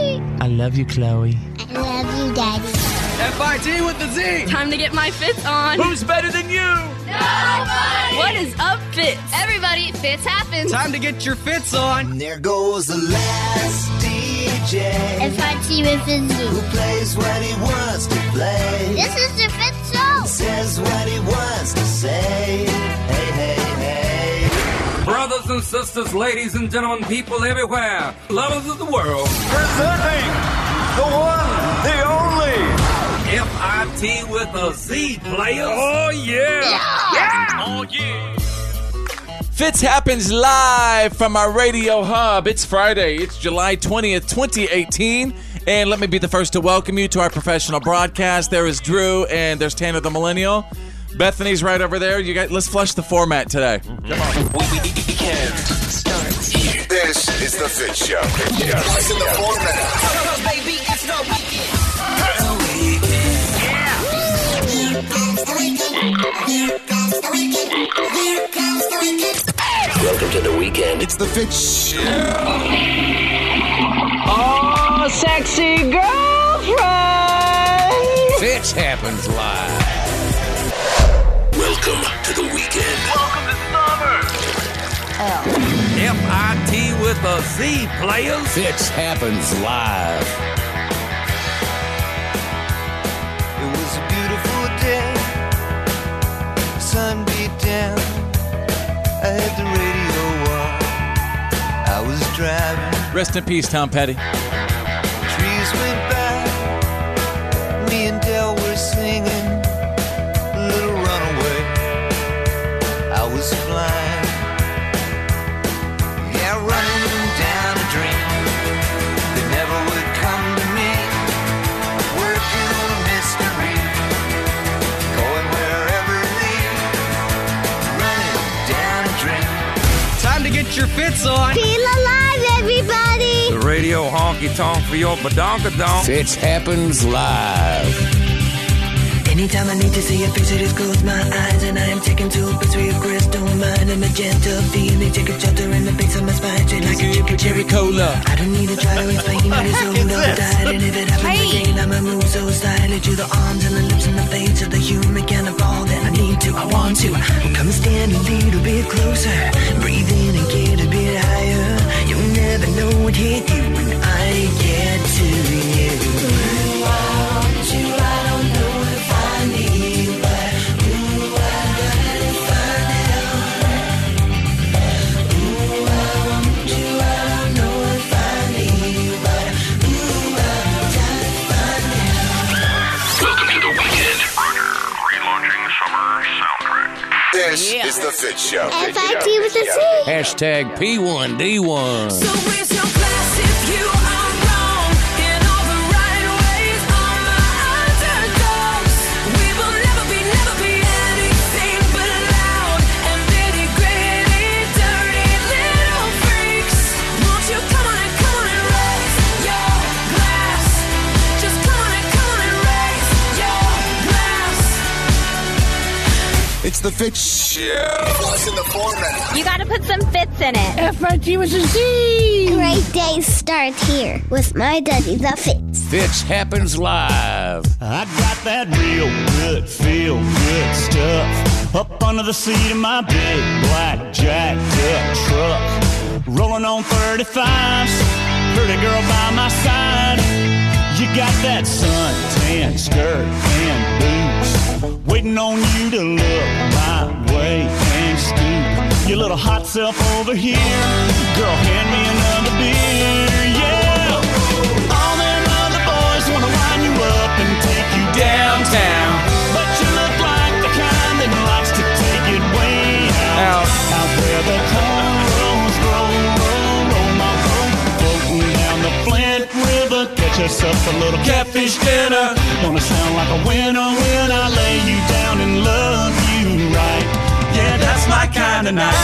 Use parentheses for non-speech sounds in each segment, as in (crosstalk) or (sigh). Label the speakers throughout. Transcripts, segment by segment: Speaker 1: love you, Chloe.
Speaker 2: I love you, Daddy.
Speaker 3: FIT with the Z.
Speaker 4: Time to get my fits on.
Speaker 3: Who's better than you?
Speaker 4: What is up, fits?
Speaker 5: Everybody, fits happens.
Speaker 3: Time to get your fits on.
Speaker 6: There goes the last DJ
Speaker 2: If I see with
Speaker 6: who
Speaker 2: the Z.
Speaker 6: plays what he wants to play,
Speaker 2: This is the fifth show.
Speaker 6: says what he wants to say. Hey, hey, hey.
Speaker 7: Brothers and sisters, ladies and gentlemen, people everywhere, lovers of the world,
Speaker 8: Presenting the one, the only.
Speaker 7: FIT with a Z players. Oh, yeah.
Speaker 9: Fitz happens live from our radio hub. It's Friday, it's July 20th, 2018. And let me be the first to welcome you to our professional broadcast. There is Drew and there's Tanner the Millennial. Bethany's right over there. You guys, let's flush the format today.
Speaker 6: Mm-hmm.
Speaker 10: This is the Fit Show. Yes. in the format.
Speaker 8: Welcome to the weekend.
Speaker 10: It's the Fit Show.
Speaker 7: Fitch happens live.
Speaker 8: Welcome to the weekend.
Speaker 7: FIT with a Z players.
Speaker 8: Fitz happens live.
Speaker 6: It was a beautiful day. Sun beat down. I had the radio on. I was driving.
Speaker 9: Rest in peace, Tom Petty.
Speaker 6: Trees went by. Me and Dell were singing. Little runaway. I was flying. Yeah, running down a dream that never would come to me. Working on a mystery. Going wherever it leads. Running down a dream.
Speaker 3: Time to get your fits on.
Speaker 2: Feel alive, everybody.
Speaker 7: The radio honky tonk for your badonka donk.
Speaker 8: Fitz happens live.
Speaker 11: Anytime I need to see a face, I just close my eyes and I am taken to a picture of crystal mind, a magenta beam. They take a shelter in the base of my spine, straight like a chicken cherry
Speaker 9: Cola.
Speaker 11: I don't need to try to explain it is overdone, and if it happens
Speaker 4: Hey.
Speaker 11: again, I'ma move so silently to the arms and the lips and the face of the human kind of all that I need to, I want to. Come and stand a little bit closer, breathe in and get a bit higher. You'll never know what hit you when I get to you. Ooh, I want you, I don't know if I need, but ooh, I gotta find out. Ooh, I want you, I don't know if I need, but ooh, I gotta find out.
Speaker 10: This is the Fit Show.
Speaker 2: FIT with the Z.
Speaker 9: Hashtag P1D1.
Speaker 4: So raise your glass if you are wrong. In all the right ways, all my underdogs. We will never be, never be anything but loud and nitty gritty, dirty little freaks. Won't you come on and come on and raise your glass? Just come on and come on and raise your glass.
Speaker 10: It's the Fit Show. What's in the format?
Speaker 5: You gotta put some fits in it.
Speaker 2: Great day start here with my daddy, the Fitz.
Speaker 9: Fitch happens live.
Speaker 8: I got that real good, feel good stuff up under the seat of my big black jacked up truck. Rolling on 35s, pretty girl by my side. You got that suntan skirt and boots, waiting on you to look my way and scoop your little hot self over here. Girl, hand me another beer, yeah. All them other boys wanna wind you up and take you downtown. But you look like the kind that likes to take it way out. Out where the cornrows grow, roll, roll my boat. Floating down the Flint River, catch yourself a little catfish dinner. Gonna sound like a winner when I lay you down and love you right. Yeah, that's my kind of night.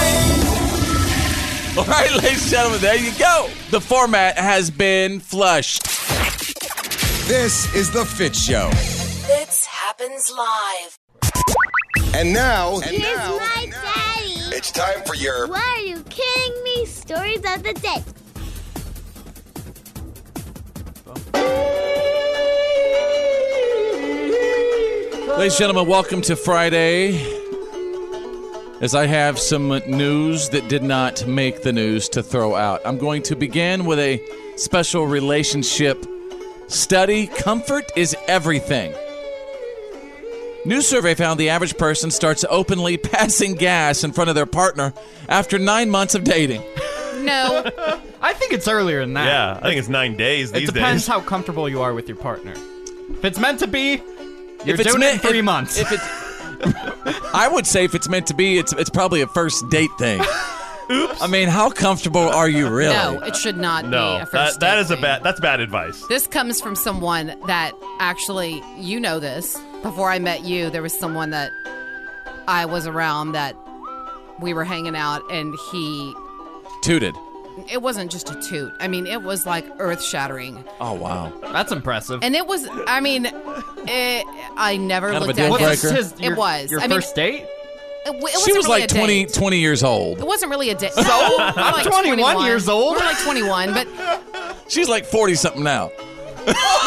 Speaker 9: All right, ladies and gentlemen, there you go. The format has been flushed.
Speaker 10: This is the Fit Show.
Speaker 11: Fits happens live.
Speaker 10: And now,
Speaker 2: Here's my daddy.
Speaker 10: it's time for your
Speaker 2: Why are you kidding me? Stories of the day.
Speaker 9: Ladies and gentlemen, welcome to Friday. As I have some news that did not make the news to throw out, I'm going to begin with a special relationship study. Comfort is everything. New survey found the average person starts openly (laughs) passing gas in front of their partner after nine months of dating.
Speaker 1: No. I think it's earlier than that.
Speaker 12: Yeah, I think it's nine days
Speaker 1: It
Speaker 12: these
Speaker 1: depends
Speaker 12: days.
Speaker 1: how comfortable you are with your partner. If it's meant to be, you're
Speaker 9: it's
Speaker 1: doing it in
Speaker 9: meant-
Speaker 1: three
Speaker 9: if-
Speaker 1: months.
Speaker 9: (laughs) If it's, I would say if it's meant to be, it's it's probably a first date
Speaker 13: (laughs)
Speaker 9: thing. Oops. I mean, how comfortable are you really?
Speaker 13: No, it should not be a first
Speaker 12: that is a bad. That's bad advice.
Speaker 13: This comes from someone that actually, you know this. Before I met you, there was someone that I was around that we were hanging out, and he,
Speaker 9: Tooted.
Speaker 13: it wasn't just a toot. I mean, it was like earth shattering.
Speaker 9: Oh wow,
Speaker 1: that's impressive.
Speaker 13: And it was, I mean, it, I never
Speaker 9: Kind of a
Speaker 13: looked
Speaker 9: deal
Speaker 13: at
Speaker 9: breaker. What was
Speaker 13: it. It was.
Speaker 1: Your
Speaker 13: I mean,
Speaker 1: first date?
Speaker 13: it, w- it
Speaker 9: she
Speaker 13: wasn't
Speaker 9: was
Speaker 13: really
Speaker 9: like
Speaker 13: a date.
Speaker 9: 20, 20 years old.
Speaker 13: It wasn't really a date.
Speaker 1: So?
Speaker 13: No,
Speaker 1: I'm
Speaker 13: we're like
Speaker 1: 21 years old.
Speaker 13: We're like
Speaker 1: (laughs)
Speaker 13: 21, but
Speaker 9: She's like forty something now.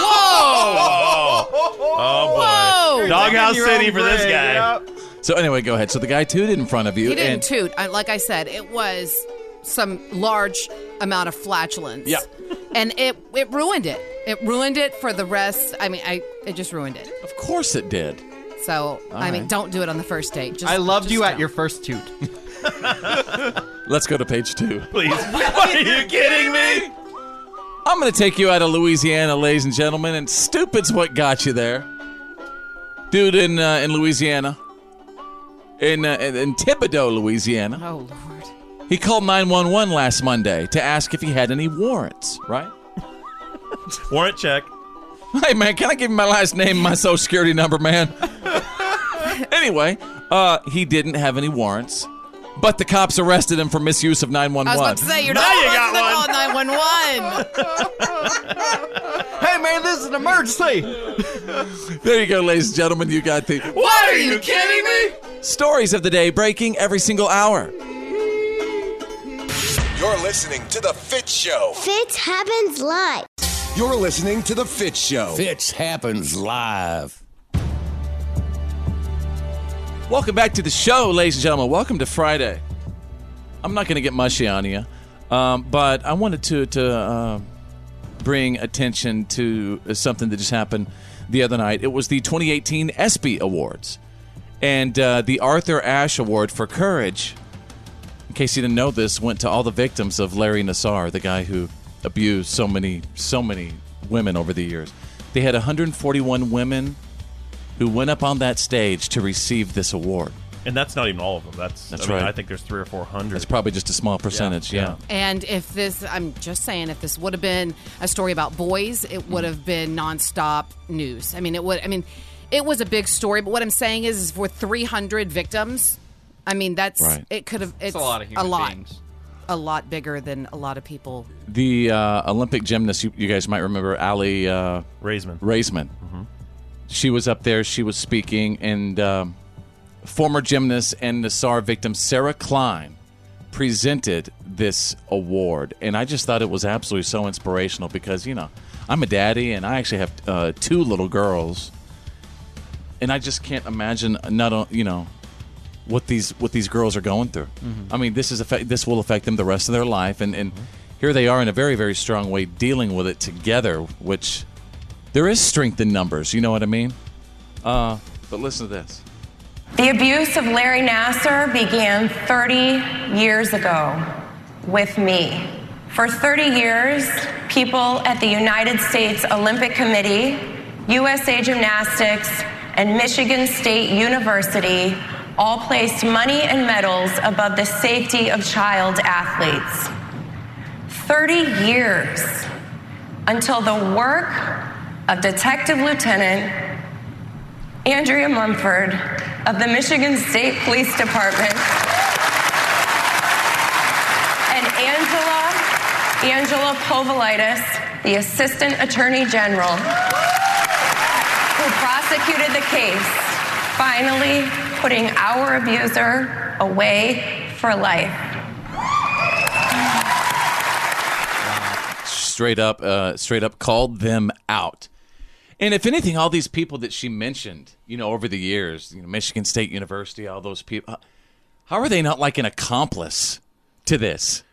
Speaker 13: whoa!
Speaker 12: Oh boy,
Speaker 13: Whoa.
Speaker 12: doghouse
Speaker 13: You're digging
Speaker 12: city
Speaker 13: your
Speaker 12: for
Speaker 13: own
Speaker 12: this
Speaker 13: grave,
Speaker 12: guy.
Speaker 9: So anyway, go ahead. So the guy tooted in front of you,
Speaker 13: He didn't
Speaker 9: and
Speaker 13: toot. I, like I said, it was some large amount of flatulence.
Speaker 9: Yeah.
Speaker 13: And it it ruined it. It ruined it for the rest. I mean, I it just ruined it.
Speaker 9: of course it did.
Speaker 13: So
Speaker 9: All
Speaker 13: I mean,
Speaker 9: right.
Speaker 13: don't do it on the first date. Just,
Speaker 1: I loved
Speaker 13: just
Speaker 1: you
Speaker 13: don't.
Speaker 1: at your first toot.
Speaker 9: Let's go to page two.
Speaker 12: Please. Are you kidding me?
Speaker 9: I'm going to take you out of Louisiana, ladies and gentlemen, and stupid's what got you there. Dude in uh, in Louisiana, in uh, in in Thibodeau, Louisiana.
Speaker 13: Oh lord.
Speaker 9: He called 911 last Monday to ask if he had any warrants, right?
Speaker 12: (laughs) Warrant check.
Speaker 9: Hey, man, can I give you my last name, and my social security
Speaker 12: (laughs)
Speaker 9: number, man? anyway, uh, he didn't have any warrants, but the cops arrested him for misuse of 911.
Speaker 13: I was about to say you're not
Speaker 12: Now you
Speaker 13: supposed
Speaker 12: got
Speaker 13: to call nine one one.
Speaker 1: hey, man, this is an emergency.
Speaker 9: (laughs) There you go, ladies and gentlemen. You got the
Speaker 12: What are you kidding me?
Speaker 9: stories of the day breaking every single hour.
Speaker 10: You're listening to The Fit Show.
Speaker 2: Fits happens live.
Speaker 10: You're listening to The Fit Show.
Speaker 14: Fitch happens live.
Speaker 9: Welcome back to the show, ladies and gentlemen. Welcome to Friday. I'm not going to get mushy on you, um, but I wanted to to uh, bring attention to something that just happened the other night. It was the 2018 ESPY Awards and uh, the Arthur Ashe Award for Courage. In case you didn't know this, went to all the victims of Larry Nassar, the guy who abused so many so many women over the years. They had 141 women who went up on that stage to receive this award.
Speaker 12: And that's not even all of them. That's
Speaker 9: That's
Speaker 12: I mean,
Speaker 9: right.
Speaker 12: I think there's three or four hundred.
Speaker 9: It's probably just a small percentage, yeah.
Speaker 13: And if this, I'm just saying, if this would have been a story about boys, it would have been nonstop news. I mean, it would. I mean, it was a big story. But what I'm saying is, is for 300 victims, I mean, that's
Speaker 9: Right.
Speaker 13: it. Could have. It's,
Speaker 1: a lot of human
Speaker 13: a lot,
Speaker 1: beings.
Speaker 13: a lot bigger than a lot of people.
Speaker 9: The uh, Olympic gymnast, you, you guys might remember, Ali uh,
Speaker 12: Raisman.
Speaker 9: Raisman. Mm-hmm. She was up there, she was speaking, and um, former gymnast and Nassar victim Sarah Klein presented this award. And I just thought it was absolutely so inspirational because, you know, I'm a daddy and I actually have uh, two little girls. And I just can't imagine not, on- you know, what these what these girls are going through. I mean, this is affect, this will affect them the rest of their life, and and here they are in a very very strong way dealing with it together. Which there is strength in numbers. You know what I mean? Uh, but listen to this.
Speaker 15: The abuse of Larry Nasser began 30 years ago with me. For 30 years, people at the United States Olympic Committee, USA Gymnastics, and Michigan State University all placed money and medals above the safety of child athletes. 30 years until the work of Detective Lieutenant Andrea Mumford of the Michigan State Police Department. And Angela, Angela Povolitis, the Assistant Attorney General, who prosecuted the case, finally putting our abuser away for life.
Speaker 9: Straight up, uh, straight up called them out. And if anything, all these people that she mentioned, you know, over the years, you know, Michigan State University, all those people, how are they not like an accomplice to this?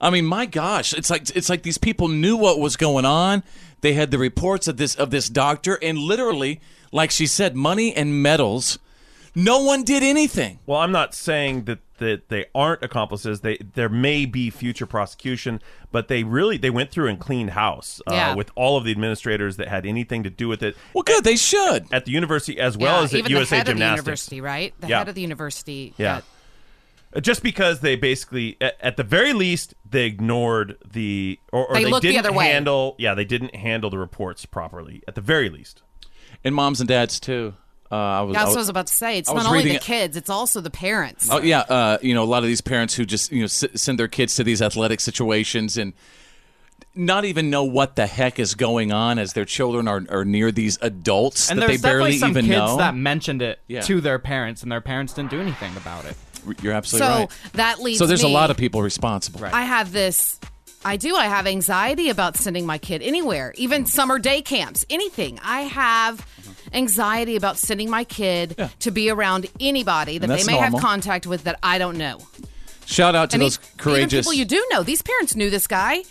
Speaker 9: I mean, my gosh, it's like it's like these people knew what was going on. They had the reports of this of this doctor, and literally, like she said, money and medals. No one did anything.
Speaker 12: Well, I'm not saying that that they aren't accomplices. They there may be future prosecution, but they really they went through and cleaned house uh,
Speaker 9: Yeah.
Speaker 12: with all of the administrators that had anything to do with it.
Speaker 9: Well, good, they should
Speaker 12: at the university as well
Speaker 13: Yeah,
Speaker 12: as at
Speaker 13: even
Speaker 12: USA
Speaker 13: the head
Speaker 12: Gymnastics.
Speaker 13: of the university, right? The
Speaker 12: Yeah.
Speaker 13: head of the university.
Speaker 12: Yeah. Uh, Just because they basically, at, at the very least, they ignored the or, or
Speaker 13: They
Speaker 12: they,
Speaker 13: looked the
Speaker 12: didn't
Speaker 13: other way.
Speaker 12: handle. Yeah, they didn't handle the reports properly. At the very least,
Speaker 9: and moms and dads too. Uh, I was,
Speaker 13: That's what I was about to say. It's
Speaker 9: I
Speaker 13: not
Speaker 9: was
Speaker 13: only
Speaker 9: reading
Speaker 13: the
Speaker 9: it-
Speaker 13: kids; it's also the parents.
Speaker 9: Oh yeah, uh, you know a lot of these parents who just you know s- send their kids to these athletic situations and not even know what the heck is going on as their children are, are near these adults
Speaker 1: And
Speaker 9: that they
Speaker 1: there's definitely
Speaker 9: barely
Speaker 1: some
Speaker 9: even
Speaker 1: kids
Speaker 9: know.
Speaker 1: that mentioned it
Speaker 9: Yeah.
Speaker 1: to their parents, and their parents didn't do anything about it.
Speaker 9: You're absolutely
Speaker 13: So
Speaker 9: right.
Speaker 13: that leads.
Speaker 9: So there's a
Speaker 13: me-
Speaker 9: lot of people responsible.
Speaker 13: I have this. I do. I have anxiety about sending my kid anywhere,
Speaker 9: Mm-hmm.
Speaker 13: even summer day camps, anything. I have
Speaker 9: Uh-huh.
Speaker 13: anxiety about sending my kid to be around anybody that
Speaker 9: And
Speaker 13: they
Speaker 9: that's
Speaker 13: may have
Speaker 9: normal.
Speaker 13: contact with that I don't know.
Speaker 9: Shout out to
Speaker 13: And
Speaker 9: those
Speaker 13: these- even
Speaker 9: courageous.
Speaker 13: people you do know. These parents knew this guy.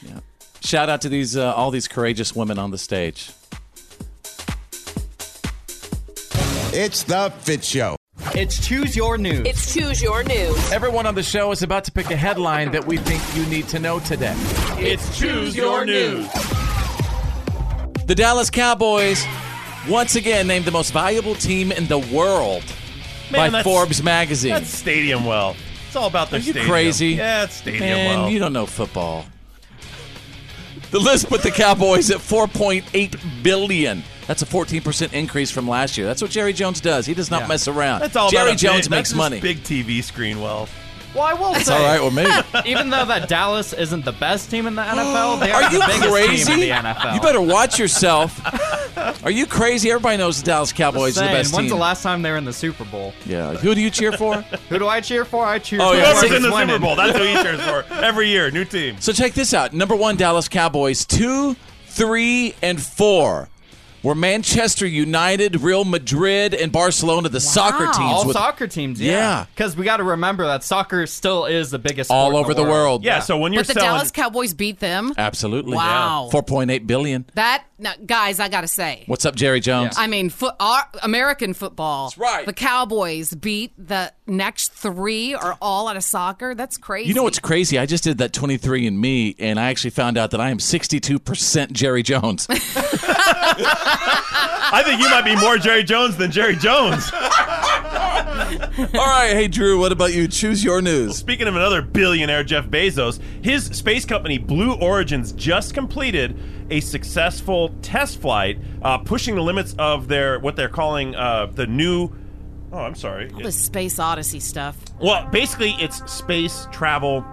Speaker 9: shout out to these uh, all these courageous women on the stage.
Speaker 14: It's the Fit Show.
Speaker 9: It's choose your news.
Speaker 16: It's Choose Your News.
Speaker 9: Everyone on the show is about to pick a headline that we think you need to know today. It's
Speaker 16: Choose Your News.
Speaker 9: The Dallas Cowboys, once again named the most valuable team in the world
Speaker 12: Man,
Speaker 9: by
Speaker 12: that's-
Speaker 9: Forbes magazine.
Speaker 12: that's stadium well. It's all about
Speaker 9: Are
Speaker 12: their
Speaker 9: you
Speaker 12: stadium.
Speaker 9: crazy?
Speaker 12: Yeah, it's stadium
Speaker 9: Man,
Speaker 12: well.
Speaker 9: you don't know football. The list put the Cowboys at 4.8 billion. That's a 14% increase from last year. That's what Jerry Jones does. He does not
Speaker 12: Yeah.
Speaker 9: mess around.
Speaker 12: That's all
Speaker 9: Jerry
Speaker 12: about a
Speaker 9: Jones
Speaker 12: big- that's
Speaker 9: makes
Speaker 12: just
Speaker 9: money.
Speaker 12: Big TV screen well.
Speaker 1: Well, I will
Speaker 9: That's
Speaker 1: say,
Speaker 9: all right
Speaker 1: (laughs)
Speaker 9: with me.
Speaker 1: even though that Dallas isn't the best team
Speaker 9: (gasps)
Speaker 1: in the NFL, they are,
Speaker 9: Are
Speaker 1: the
Speaker 9: you
Speaker 1: biggest
Speaker 9: crazy?
Speaker 1: team in the NFL.
Speaker 9: You better watch yourself. Are you crazy? Everybody knows the Dallas Cowboys are the
Speaker 1: Saying,
Speaker 9: best
Speaker 1: When's
Speaker 9: team.
Speaker 1: the last time they were in the Super Bowl?
Speaker 9: yeah. Who do you cheer for?
Speaker 1: (laughs) Who do I cheer for? I cheer
Speaker 9: Oh,
Speaker 1: for
Speaker 9: yeah.
Speaker 1: whoever's
Speaker 9: Whoever's in the Super
Speaker 1: winning.
Speaker 9: Bowl, that's who you cheer
Speaker 12: for.
Speaker 1: (laughs)
Speaker 12: Every year, new team.
Speaker 9: So check this out. Number one, Dallas Cowboys. Two, three, and four were Manchester United, Real Madrid, and Barcelona, the soccer teams.
Speaker 1: All
Speaker 9: with-
Speaker 1: soccer teams,
Speaker 9: Yeah.
Speaker 1: yeah. Because we got to remember that soccer still is the biggest
Speaker 9: All
Speaker 1: sport in
Speaker 9: over the world. Yeah, so Oh, when
Speaker 13: but the Dallas Cowboys beat them.
Speaker 9: Absolutely.
Speaker 13: Wow.
Speaker 9: Four point eight billion.
Speaker 13: That no, guys, I gotta say.
Speaker 9: What's up, Jerry Jones?
Speaker 13: I mean, foot, our, American football. That's
Speaker 9: right.
Speaker 13: The Cowboys beat the next three are all out of soccer. That's crazy.
Speaker 9: You know what's crazy? I just did that 23 and me, and I actually found out that I am 62%
Speaker 13: (laughs)
Speaker 9: Jerry Jones.
Speaker 12: I think you might be more Jerry Jones than Jerry Jones. (laughs)
Speaker 9: (laughs) All right, hey Drew, what about you? Choose your news.
Speaker 12: speaking of another billionaire, Jeff Bezos, his space company Blue Origins just completed a successful test flight, uh, pushing the limits of their what they're calling uh, the new. Oh, I'm sorry.
Speaker 13: All this space odyssey stuff.
Speaker 12: Well, basically, it's space travel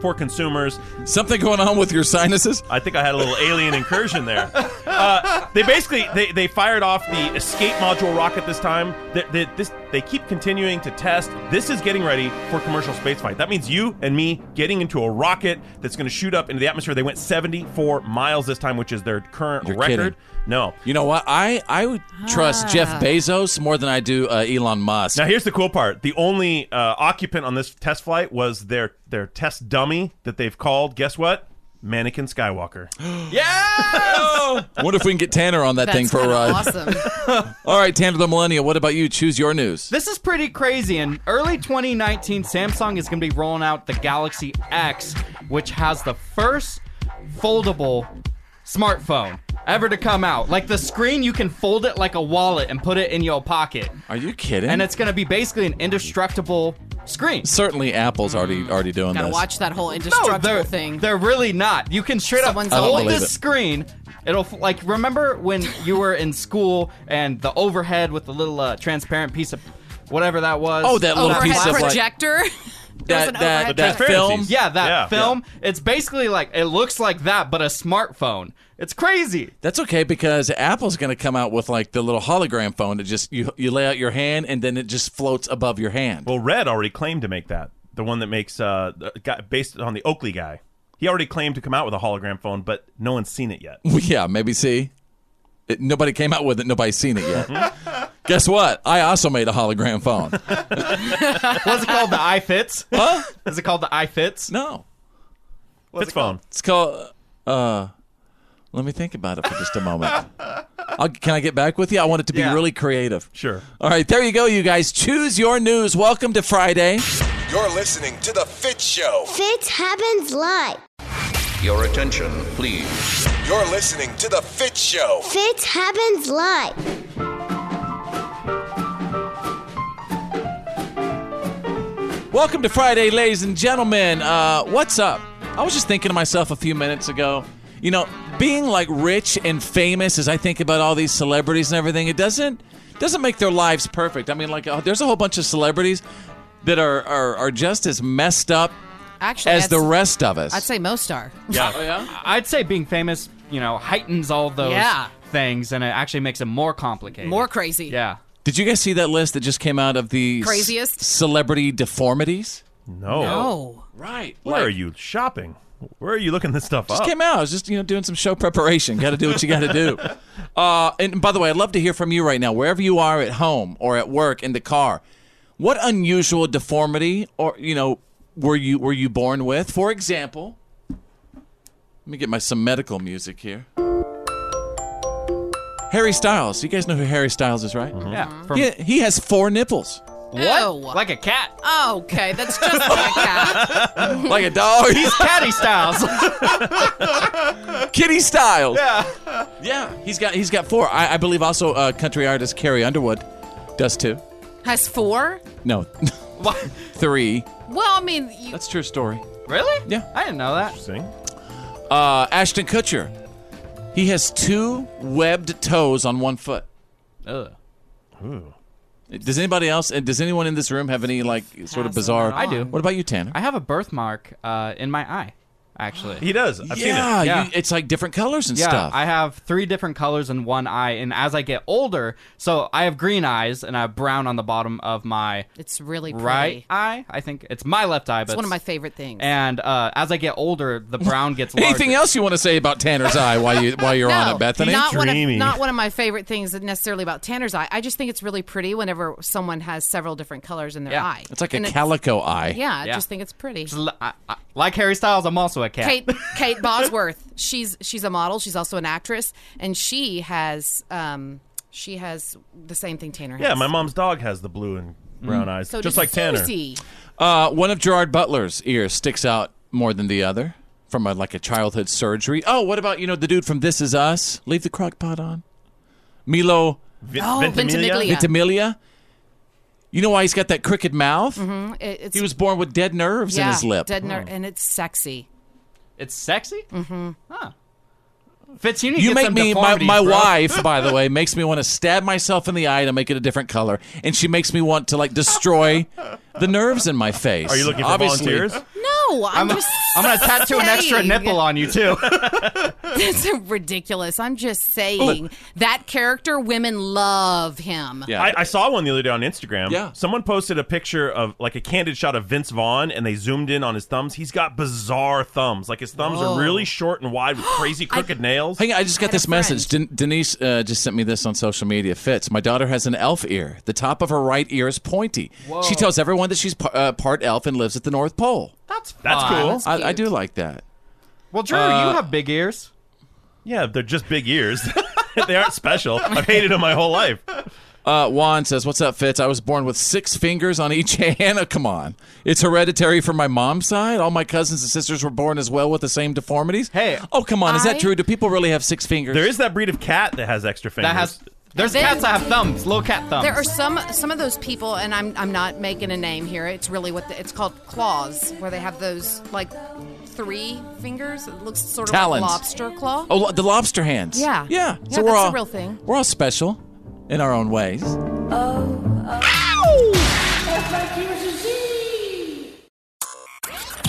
Speaker 12: for consumers.
Speaker 9: Something going on with your sinuses?
Speaker 12: I think I had a little alien incursion there. Uh, they basically they, they fired off the escape module rocket this time. They, they, this, they keep continuing to test. This is getting ready for commercial spaceflight. That means you and me getting into a rocket that's going to shoot up into the atmosphere. They went 74 miles this time, which is their current
Speaker 9: You're
Speaker 12: record.
Speaker 9: kidding.
Speaker 12: No.
Speaker 9: You know what? I I would trust
Speaker 12: Ah.
Speaker 9: Jeff Bezos more than I do uh, Elon Musk.
Speaker 12: Now here's the cool part: the only uh, occupant on this test flight was their their test dummy that they've called. Guess what? Mannequin
Speaker 9: (gasps)
Speaker 12: Skywalker.
Speaker 9: yeah. Wonder if we can get Tanner on that
Speaker 1: That's
Speaker 9: thing for a
Speaker 1: kinda
Speaker 9: ride.
Speaker 1: awesome.
Speaker 9: All right, Tanner the Millennial. What about you? Choose your
Speaker 1: (laughs)
Speaker 9: news.
Speaker 1: This is pretty crazy. In early 2019, Samsung is going to be rolling out the Galaxy X, which has the first foldable smartphone ever to come out. Like the screen, you can fold it like a wallet and put it in your pocket.
Speaker 9: Are you kidding?
Speaker 1: And it's going to be basically an indestructible screen.
Speaker 9: Certainly, Apple's already already doing
Speaker 13: Mm. Gotta
Speaker 9: this.
Speaker 13: watch that whole
Speaker 1: No,
Speaker 13: indestructible
Speaker 1: they're,
Speaker 13: thing.
Speaker 1: they're really not. You can straight
Speaker 13: Someone's
Speaker 1: up
Speaker 13: I don't
Speaker 1: hold
Speaker 9: believe
Speaker 1: this
Speaker 9: it.
Speaker 1: screen. It'll f- like remember when you were in school and the overhead with the little uh, transparent piece of whatever that was.
Speaker 9: Oh, that little Overhead piece of, like-
Speaker 13: projector. (laughs)
Speaker 9: That-
Speaker 13: There's an
Speaker 9: that-
Speaker 13: overhead
Speaker 9: that
Speaker 13: projector.
Speaker 9: film?
Speaker 1: Yeah, that
Speaker 9: Yeah.
Speaker 1: film. It's basically like it looks like that, but a smartphone. It's
Speaker 13: (laughs)
Speaker 1: crazy.
Speaker 9: That's okay because Apple's going to come out with like the little hologram phone that just you you lay out your hand and then it just floats above your hand.
Speaker 12: Well, Red already claimed to make that. The one that makes uh the guy, based on the Oakley
Speaker 9: (laughs)
Speaker 12: guy. He already claimed to come out with a hologram phone, but no one's seen it yet.
Speaker 9: yeah, maybe see. It, nobody came out with it. Nobody's seen it yet.
Speaker 12: Mm-hmm.
Speaker 9: Guess what? I also made a hologram phone.
Speaker 1: What's it called? The iFits?
Speaker 9: Huh?
Speaker 1: Is it called the iFits?
Speaker 9: No.
Speaker 1: What's it called?
Speaker 9: It's called. Uh, let me think about it for just a moment. I'll, can I get back with you? I want it to be really creative.
Speaker 12: Sure.
Speaker 9: All right, there you go, you guys. Choose your news. Welcome to Friday.
Speaker 10: You're listening to The Fit Show.
Speaker 2: Fits happens live.
Speaker 10: Your attention, please. You're listening to The Fit Show.
Speaker 2: Fits happens live.
Speaker 9: Welcome to Friday, ladies and gentlemen. Uh, what's up? I was just thinking to myself a few minutes ago, you know, being like rich and famous as I think about all these celebrities and everything, it doesn't doesn't make their lives perfect. I mean, like uh, there's a whole bunch of celebrities that are are, are just as messed up
Speaker 13: Actually,
Speaker 9: as the
Speaker 13: that's-
Speaker 9: rest of us.
Speaker 13: I'd say most are.
Speaker 1: Yeah.
Speaker 9: yeah?
Speaker 1: I'd say being famous, you know, heightens all those
Speaker 13: Yeah.
Speaker 1: things and it actually makes it more complicated.
Speaker 13: (laughs) More crazy.
Speaker 1: Yeah.
Speaker 9: Did you guys see that list that just came out of the c-
Speaker 13: Craziest?
Speaker 9: celebrity deformities? Oh.
Speaker 12: No.
Speaker 13: No.
Speaker 9: Right.
Speaker 12: Where are you shopping? Where are you looking this stuff
Speaker 9: Just
Speaker 12: up?
Speaker 9: came out. I was just you know doing some show preparation. Got to do what you got
Speaker 12: (laughs)
Speaker 9: to do. Uh, and by the way, I'd love to hear from you right now, wherever you are at home or at work in the car. What unusual deformity or you know were you were you born with? For example, let me get my some medical music here. Harry Styles. You guys know who Harry Styles is, right?
Speaker 12: Mm-hmm.
Speaker 13: Mm-hmm.
Speaker 1: Yeah.
Speaker 9: He, he has four nipples.
Speaker 1: What? Like a cat.
Speaker 13: Okay, that's just like
Speaker 9: (laughs) like a
Speaker 1: (laughs)
Speaker 9: dog.
Speaker 1: He's Catty Styles.
Speaker 9: (laughs) Kitty Styles.
Speaker 1: Yeah.
Speaker 9: Yeah, he's got he's got four. I, I believe also uh, country artist Carrie Underwood does too.
Speaker 13: has four.
Speaker 1: (laughs)
Speaker 9: No, three.
Speaker 13: Well, I mean, you,
Speaker 9: That's a true story.
Speaker 1: Really?
Speaker 9: Yeah.
Speaker 1: I didn't know that.
Speaker 12: Interesting.
Speaker 9: Uh, Ashton Kutcher, he has two webbed toes on one foot.
Speaker 1: Ugh.
Speaker 9: Does anybody else? and Does anyone in this room have any like sort of bizarre?
Speaker 1: I do.
Speaker 9: What about you, Tanner?
Speaker 1: I have a birthmark uh, in my eye, actually.
Speaker 12: He does. I've seen it.
Speaker 9: yeah, You, it's like different colors and
Speaker 1: yeah,
Speaker 9: stuff.
Speaker 1: I have three different colors in one eye, and as I get older, so I have green eyes and I have brown on the bottom of my
Speaker 13: it's really pretty.
Speaker 1: right eye. I think it's my left eye, but
Speaker 13: It's one of my favorite things.
Speaker 1: And uh, as I get older, the brown gets larger.
Speaker 9: (laughs) Anything else you want to say about Tanner's eye while you while Oh, you're on
Speaker 13: No,
Speaker 9: it, Bethany?
Speaker 13: Not one, of, not one of my favorite things necessarily about Tanner's eye. I just think it's really pretty whenever someone has several different colors in their eye.
Speaker 9: It's like a
Speaker 13: And
Speaker 9: calico eye.
Speaker 13: Yeah, I just think it's pretty.
Speaker 1: It's li- I- I- like Harry Styles, I'm also a cat.
Speaker 12: (laughs)
Speaker 13: Kate Kate Bosworth. She's she's a model. She's also an actress, and she has um she has the same thing Tanner has.
Speaker 12: Yeah, my mom's dog has the blue and brown eyes,
Speaker 13: Mm. So
Speaker 12: just
Speaker 13: does
Speaker 12: like Tanner.
Speaker 13: Susie.
Speaker 9: Uh, one of Gerard Butler's ears sticks out more than the other from a, like a childhood surgery. Oh, what about you know the dude from This Is Us? Leave the crock pot on. Milo.
Speaker 12: Vin- Oh, Ventimiglia? Ventimiglia.
Speaker 9: Ventimiglia. You know why he's got that crooked mouth?
Speaker 13: Mhm, it- it's,
Speaker 9: He was born with dead nerves
Speaker 13: yeah,
Speaker 9: in his lip.
Speaker 13: Dead
Speaker 12: Hmm.
Speaker 13: ner- and it's sexy.
Speaker 1: It's sexy. Mm-hmm. Huh. Fitz, you need to
Speaker 9: You
Speaker 1: get
Speaker 9: make
Speaker 1: some
Speaker 9: me my,
Speaker 1: deformities,
Speaker 9: my
Speaker 1: bro.
Speaker 9: wife,
Speaker 1: (laughs)
Speaker 9: by the way, makes me want to stab myself in the eye to make it a different color, and she makes me want to like destroy the nerves in my face.
Speaker 12: Are you looking for
Speaker 9: Obviously-
Speaker 12: volunteers?
Speaker 13: No, I'm,
Speaker 1: I'm,
Speaker 13: just
Speaker 1: I'm gonna tattoo an extra
Speaker 13: saying.
Speaker 1: nipple on you
Speaker 13: (laughs)
Speaker 1: too.
Speaker 13: That's ridiculous. I'm just saying that character women love him.
Speaker 12: I, I saw one the other day on Instagram.
Speaker 9: Yeah.
Speaker 12: Someone posted a picture of like a candid shot of Vince Vaughn and they zoomed in on his thumbs. He's got bizarre thumbs. Like his thumbs
Speaker 9: Whoa.
Speaker 12: are really short and
Speaker 1: (gasps)
Speaker 12: wide with crazy (laughs) crooked nails.
Speaker 9: Hang on, I just got this message. Den- Denise uh, just sent me this on social media. Fitz, my daughter has an elf ear. The top of her right ear is pointy.
Speaker 12: Whoa.
Speaker 9: She tells everyone that she's par- uh, part elf and lives at the North Pole.
Speaker 1: That's
Speaker 12: That's
Speaker 1: fun.
Speaker 12: cool.
Speaker 9: I, I do like that.
Speaker 1: Well, Drew,
Speaker 9: Uh,
Speaker 1: you have big ears.
Speaker 12: Yeah, they're just big ears. (laughs) they aren't special. I've hated them my whole life.
Speaker 9: Uh, Juan says, "What's up, Fitz? I was born with six fingers on each (laughs) hand. Oh, come on, it's hereditary from my mom's side. All my cousins and sisters were born as well with the same deformities. Hey, oh come on, is
Speaker 13: I-
Speaker 9: that true? Do people really have six fingers? There
Speaker 12: is that breed of cat that has extra fingers.
Speaker 1: That has. There's
Speaker 13: Then-
Speaker 1: cats that have thumbs, little cat thumbs.
Speaker 13: There are some some of those people, and I'm I'm not making a name here. It's really what the, it's called claws, where they have those like three fingers. It looks sort of
Speaker 9: Talons.
Speaker 13: like lobster claw.
Speaker 9: Oh, lo- the lobster hands.
Speaker 13: Yeah.
Speaker 9: yeah.
Speaker 13: Yeah,
Speaker 9: so we're
Speaker 13: that's a
Speaker 9: all
Speaker 13: real thing.
Speaker 9: We're all special in our own ways.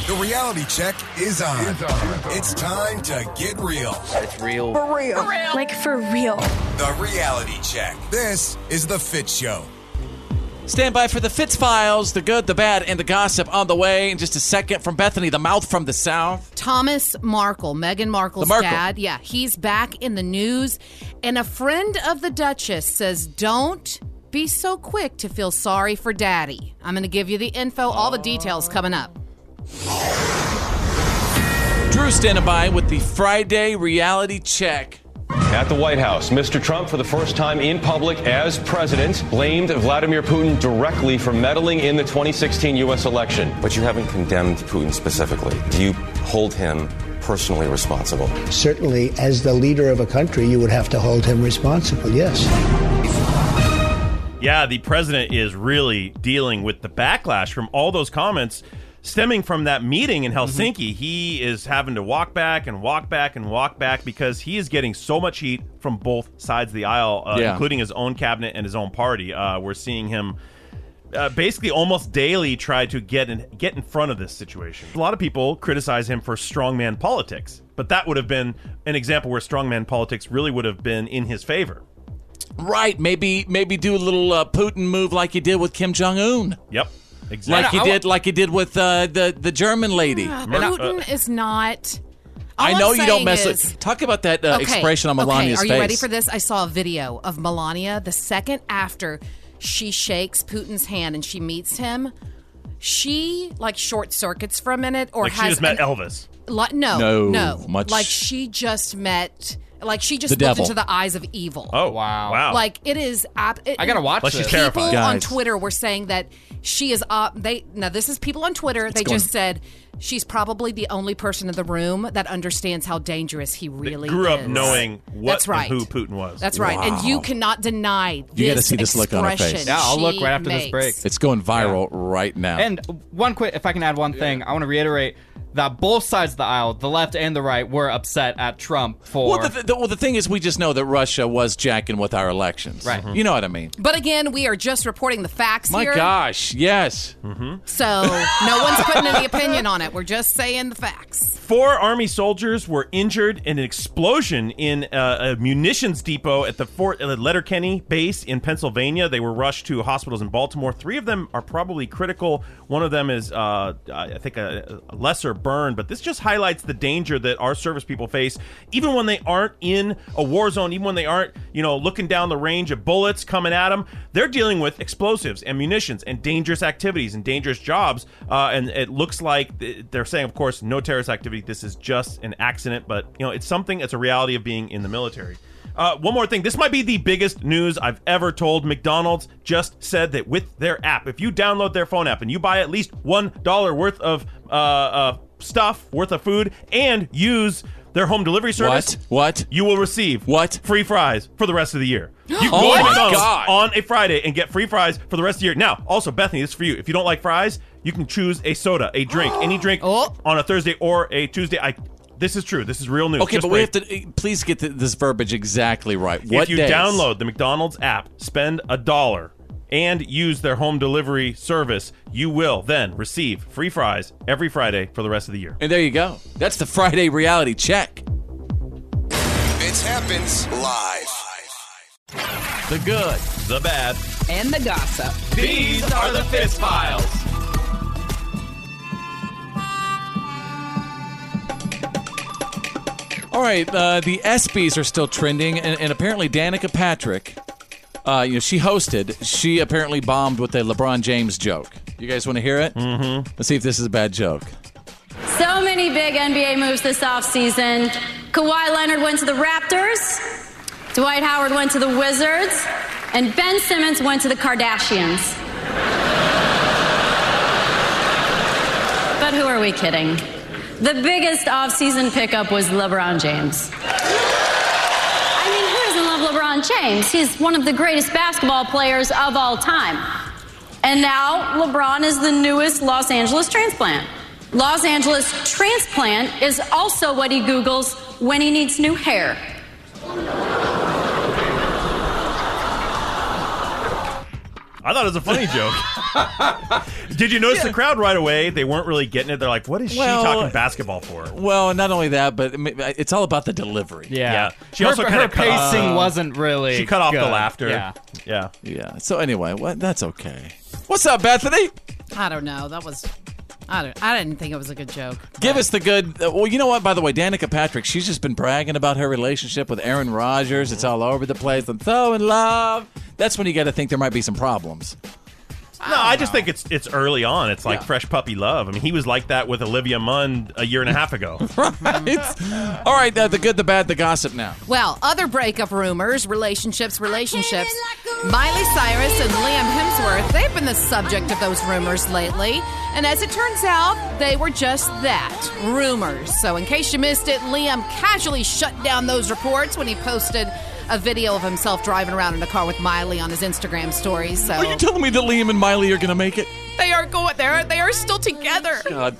Speaker 10: The reality check is on. It's, time to get real. It's real.
Speaker 17: real. Like for real.
Speaker 10: The reality check. This is The Fit Show.
Speaker 9: Stand by for the Fitz Files, the good, the bad, and the gossip on the way in just a second from Bethany, the mouth from the south.
Speaker 13: Thomas Markle, Meghan Markle's
Speaker 9: The Markle.
Speaker 13: dad. Yeah, he's back in the news. And a friend of the Duchess says, Don't be so quick to feel sorry for daddy. I'm going to give you the info, all the details coming up.
Speaker 9: Drew standing by with the Friday reality check.
Speaker 17: At the White House, Mr. Trump, for the first time in public as president, blamed Vladimir Putin directly for meddling in the 2016 U.S. election.
Speaker 18: But you haven't condemned Putin specifically. Do you hold him personally responsible?
Speaker 19: Certainly, as the leader of a country, you would have to hold him responsible, yes.
Speaker 12: Yeah, the president is really dealing with the backlash from all those comments stemming from that meeting in Helsinki. He is having to walk back and walk back and walk back because he is getting so much heat from both sides of the aisle, uh,
Speaker 9: Yeah.
Speaker 12: including his own cabinet and his own party. Uh, we're seeing him. Uh, basically, almost daily, try to get in get in front of this situation. A lot of people criticize him for strongman politics, but that would have been an example where strongman politics really would have been in his favor.
Speaker 9: Right, maybe maybe do a little uh, Putin move like he did with Kim Jong Un.
Speaker 12: Yep,
Speaker 9: Like he did, like he did with uh, the the German lady.
Speaker 13: Ah,
Speaker 12: uh,
Speaker 13: Putin
Speaker 9: uh,
Speaker 13: is not. All
Speaker 9: I
Speaker 13: I'm
Speaker 9: know you don't
Speaker 13: saying
Speaker 9: mess
Speaker 13: is,
Speaker 9: with. Talk about that uh, expression on Melania's
Speaker 13: okay,
Speaker 9: face.
Speaker 13: Are you ready for this? I saw a video of Melania the second after she shakes Putin's hand and she meets him. She like short circuits for a minute, or
Speaker 12: like
Speaker 13: has
Speaker 12: she just met
Speaker 13: an-
Speaker 12: Elvis.
Speaker 13: Like, no,
Speaker 12: No,
Speaker 13: no,
Speaker 12: much-
Speaker 13: Like she just met. Like she just
Speaker 12: The
Speaker 13: looked
Speaker 12: devil.
Speaker 13: into the eyes of evil.
Speaker 12: Oh wow, wow!
Speaker 13: Like it is. Ab- it,
Speaker 12: I gotta watch Plus she's this. terrifying.
Speaker 13: People on
Speaker 12: Guys.
Speaker 13: Twitter were saying that she is. Uh, they now this is people on Twitter. they
Speaker 12: going-
Speaker 13: just said she's probably the only person in the room that understands how dangerous he really
Speaker 12: grew up
Speaker 13: is.
Speaker 12: knowing what
Speaker 13: That's right.
Speaker 12: and who Putin was.
Speaker 13: That's right, and you cannot deny. This
Speaker 9: You got to see this look on her face.
Speaker 13: expression she makes.
Speaker 9: It's going viral right now.
Speaker 1: And one quick, if I can add one thing, I want to reiterate that both sides of the aisle, the left and the right, were upset at Trump for.
Speaker 9: well, the, th- the, well, the thing is, we just know that Russia was jacking with our elections. Right. You know what I mean?
Speaker 13: But again, we are just reporting the facts
Speaker 9: My
Speaker 13: here.
Speaker 9: gosh, yes.
Speaker 12: Mm-hmm.
Speaker 13: So no one's putting any opinion on it. We're just saying the facts.
Speaker 12: Four army soldiers were injured in an explosion in uh, a munitions depot at the Fort uh, Letterkenny base in Pennsylvania. They were rushed to hospitals in Baltimore. Three of them are probably critical. One of them is, uh, I think, a, a lesser burn. But this just highlights the danger that our service people face, even when they aren't in a war zone, even when they aren't, you know, looking down the range of bullets coming at them. They're dealing with explosives and munitions and dangerous activities and dangerous jobs. Uh, and it looks like th- they're saying, of course, no terrorist activity. This is just an accident, but you know, it's something. It's a reality of being in the military. Uh, one more thing. This might be the biggest news I've ever told. McDonald's just said that with their app, if you download their phone app and you buy at least one dollar worth of uh, uh, stuff, worth of food, and use their home delivery service,
Speaker 9: what what
Speaker 12: you will receive
Speaker 9: what
Speaker 12: free fries for the rest of the year. (gasps) You can
Speaker 9: Oh
Speaker 12: go to
Speaker 9: my
Speaker 12: McDonald's
Speaker 9: God.
Speaker 12: on a Friday and get free fries for the rest of the year. Now, also, Bethany, this is for you. If you don't like fries, you can choose a soda, a drink, any drink on a Thursday or a Tuesday. I. This is true. This is real news.
Speaker 9: Okay,
Speaker 12: Just
Speaker 9: but we
Speaker 12: wait.
Speaker 9: have to eh, please get th- this verbiage exactly right. What
Speaker 12: if you
Speaker 9: days?
Speaker 12: download the McDonald's app, spend a dollar, and use their home delivery service, you will then receive free fries every Friday for the rest of the year.
Speaker 9: And there you go. That's the Friday reality check.
Speaker 10: It happens live.
Speaker 9: The good,
Speaker 12: the bad.
Speaker 16: And the gossip.
Speaker 12: These are the Fist Files.
Speaker 9: All right, uh, the ESPYS are still trending, and, and apparently Danica Patrick, uh, you know, she hosted. She apparently bombed with a LeBron James joke. You guys want to hear it? Mm-hmm. Let's see if this is a bad joke.
Speaker 20: So many big NBA moves this offseason. Kawhi Leonard went to the Raptors, Dwight Howard went to the Wizards, and Ben Simmons went to the Kardashians. but who are we kidding? The biggest offseason pickup was LeBron James. I mean, who doesn't love LeBron James? He's one of the greatest basketball players of all time. And now LeBron is the newest Los Angeles transplant. Los Angeles transplant is also what he Googles when he needs new hair.
Speaker 12: I thought it was a funny joke.
Speaker 9: (laughs)
Speaker 12: Did you notice the crowd right away? They weren't really getting it. They're like, "What is
Speaker 9: Well-
Speaker 12: she talking basketball for?"
Speaker 9: Well, not only that, but I mean, it's all about the delivery.
Speaker 12: Yeah. Yeah. She Her- also kinda her cut- pacing wasn't really She cut off the good. laughter. Yeah. Yeah.
Speaker 9: Yeah. So anyway, what? That's okay. What's up, Bethany?
Speaker 13: I don't know. That was. I don't. I didn't think it was a good joke.
Speaker 9: Give us the good. uh, Well, you know what? By the way, Danica Patrick, she's just been bragging about her relationship with Aaron Rodgers. It's all over the place. I'm so in love. That's when you got to think there might be some problems.
Speaker 13: Oh.
Speaker 12: No, I just think it's it's early on. It's like fresh puppy love. I mean, he was like that with Olivia Munn a year and a half ago.
Speaker 9: right. All right. Uh, the good, the bad, the gossip now.
Speaker 13: Well, other breakup rumors, relationships, relationships. Miley Cyrus and Liam Hemsworth, they've been the subject of those rumors lately. And as it turns out, they were just that rumors. So, in case you missed it, Liam casually shut down those reports when he posted a video of himself driving around in a car with Miley on his Instagram story. So,
Speaker 9: Are you telling me that Liam and Miley are going to make it?
Speaker 13: they are going there. They are still together.
Speaker 9: God,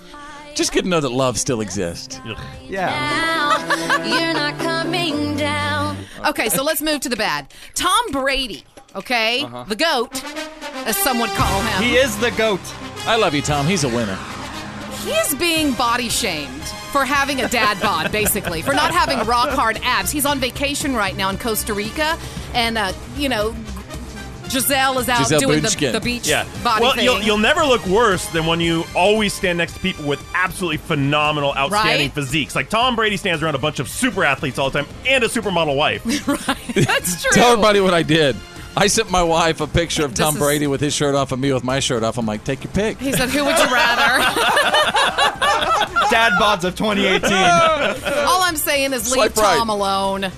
Speaker 9: just good to know that love still exists.
Speaker 1: Yeah.
Speaker 13: You're not coming down. Okay, so let's move to the bad. Tom Brady, okay?
Speaker 9: Uh-huh.
Speaker 13: The GOAT, as some would call him.
Speaker 9: is the goat. I love you, Tom. He's a winner.
Speaker 13: He is being body shamed for having a dad bod, basically, for not having rock hard abs. He's on vacation right now in Costa Rica, and, uh, you know, Giselle is out
Speaker 12: Gisele
Speaker 13: doing the,
Speaker 12: Bündchen.
Speaker 13: the beach
Speaker 12: yeah.
Speaker 13: body
Speaker 12: well,
Speaker 13: thing.
Speaker 12: You'll, you'll never look worse than when you always stand next to people with absolutely phenomenal, outstanding
Speaker 13: Right?
Speaker 12: physiques. Like Tom Brady stands around a bunch of super athletes all the time and a supermodel wife.
Speaker 13: That's true.
Speaker 9: Tell everybody what I did. I sent my wife a picture of Tom
Speaker 13: is-
Speaker 9: Brady with his shirt off and me with my shirt off. I'm like, take your pick.
Speaker 13: he said, Who would you rather?
Speaker 1: Dad bods of 2018.
Speaker 13: (laughs) All I'm saying is leave
Speaker 1: Swipe right.
Speaker 13: Tom alone. I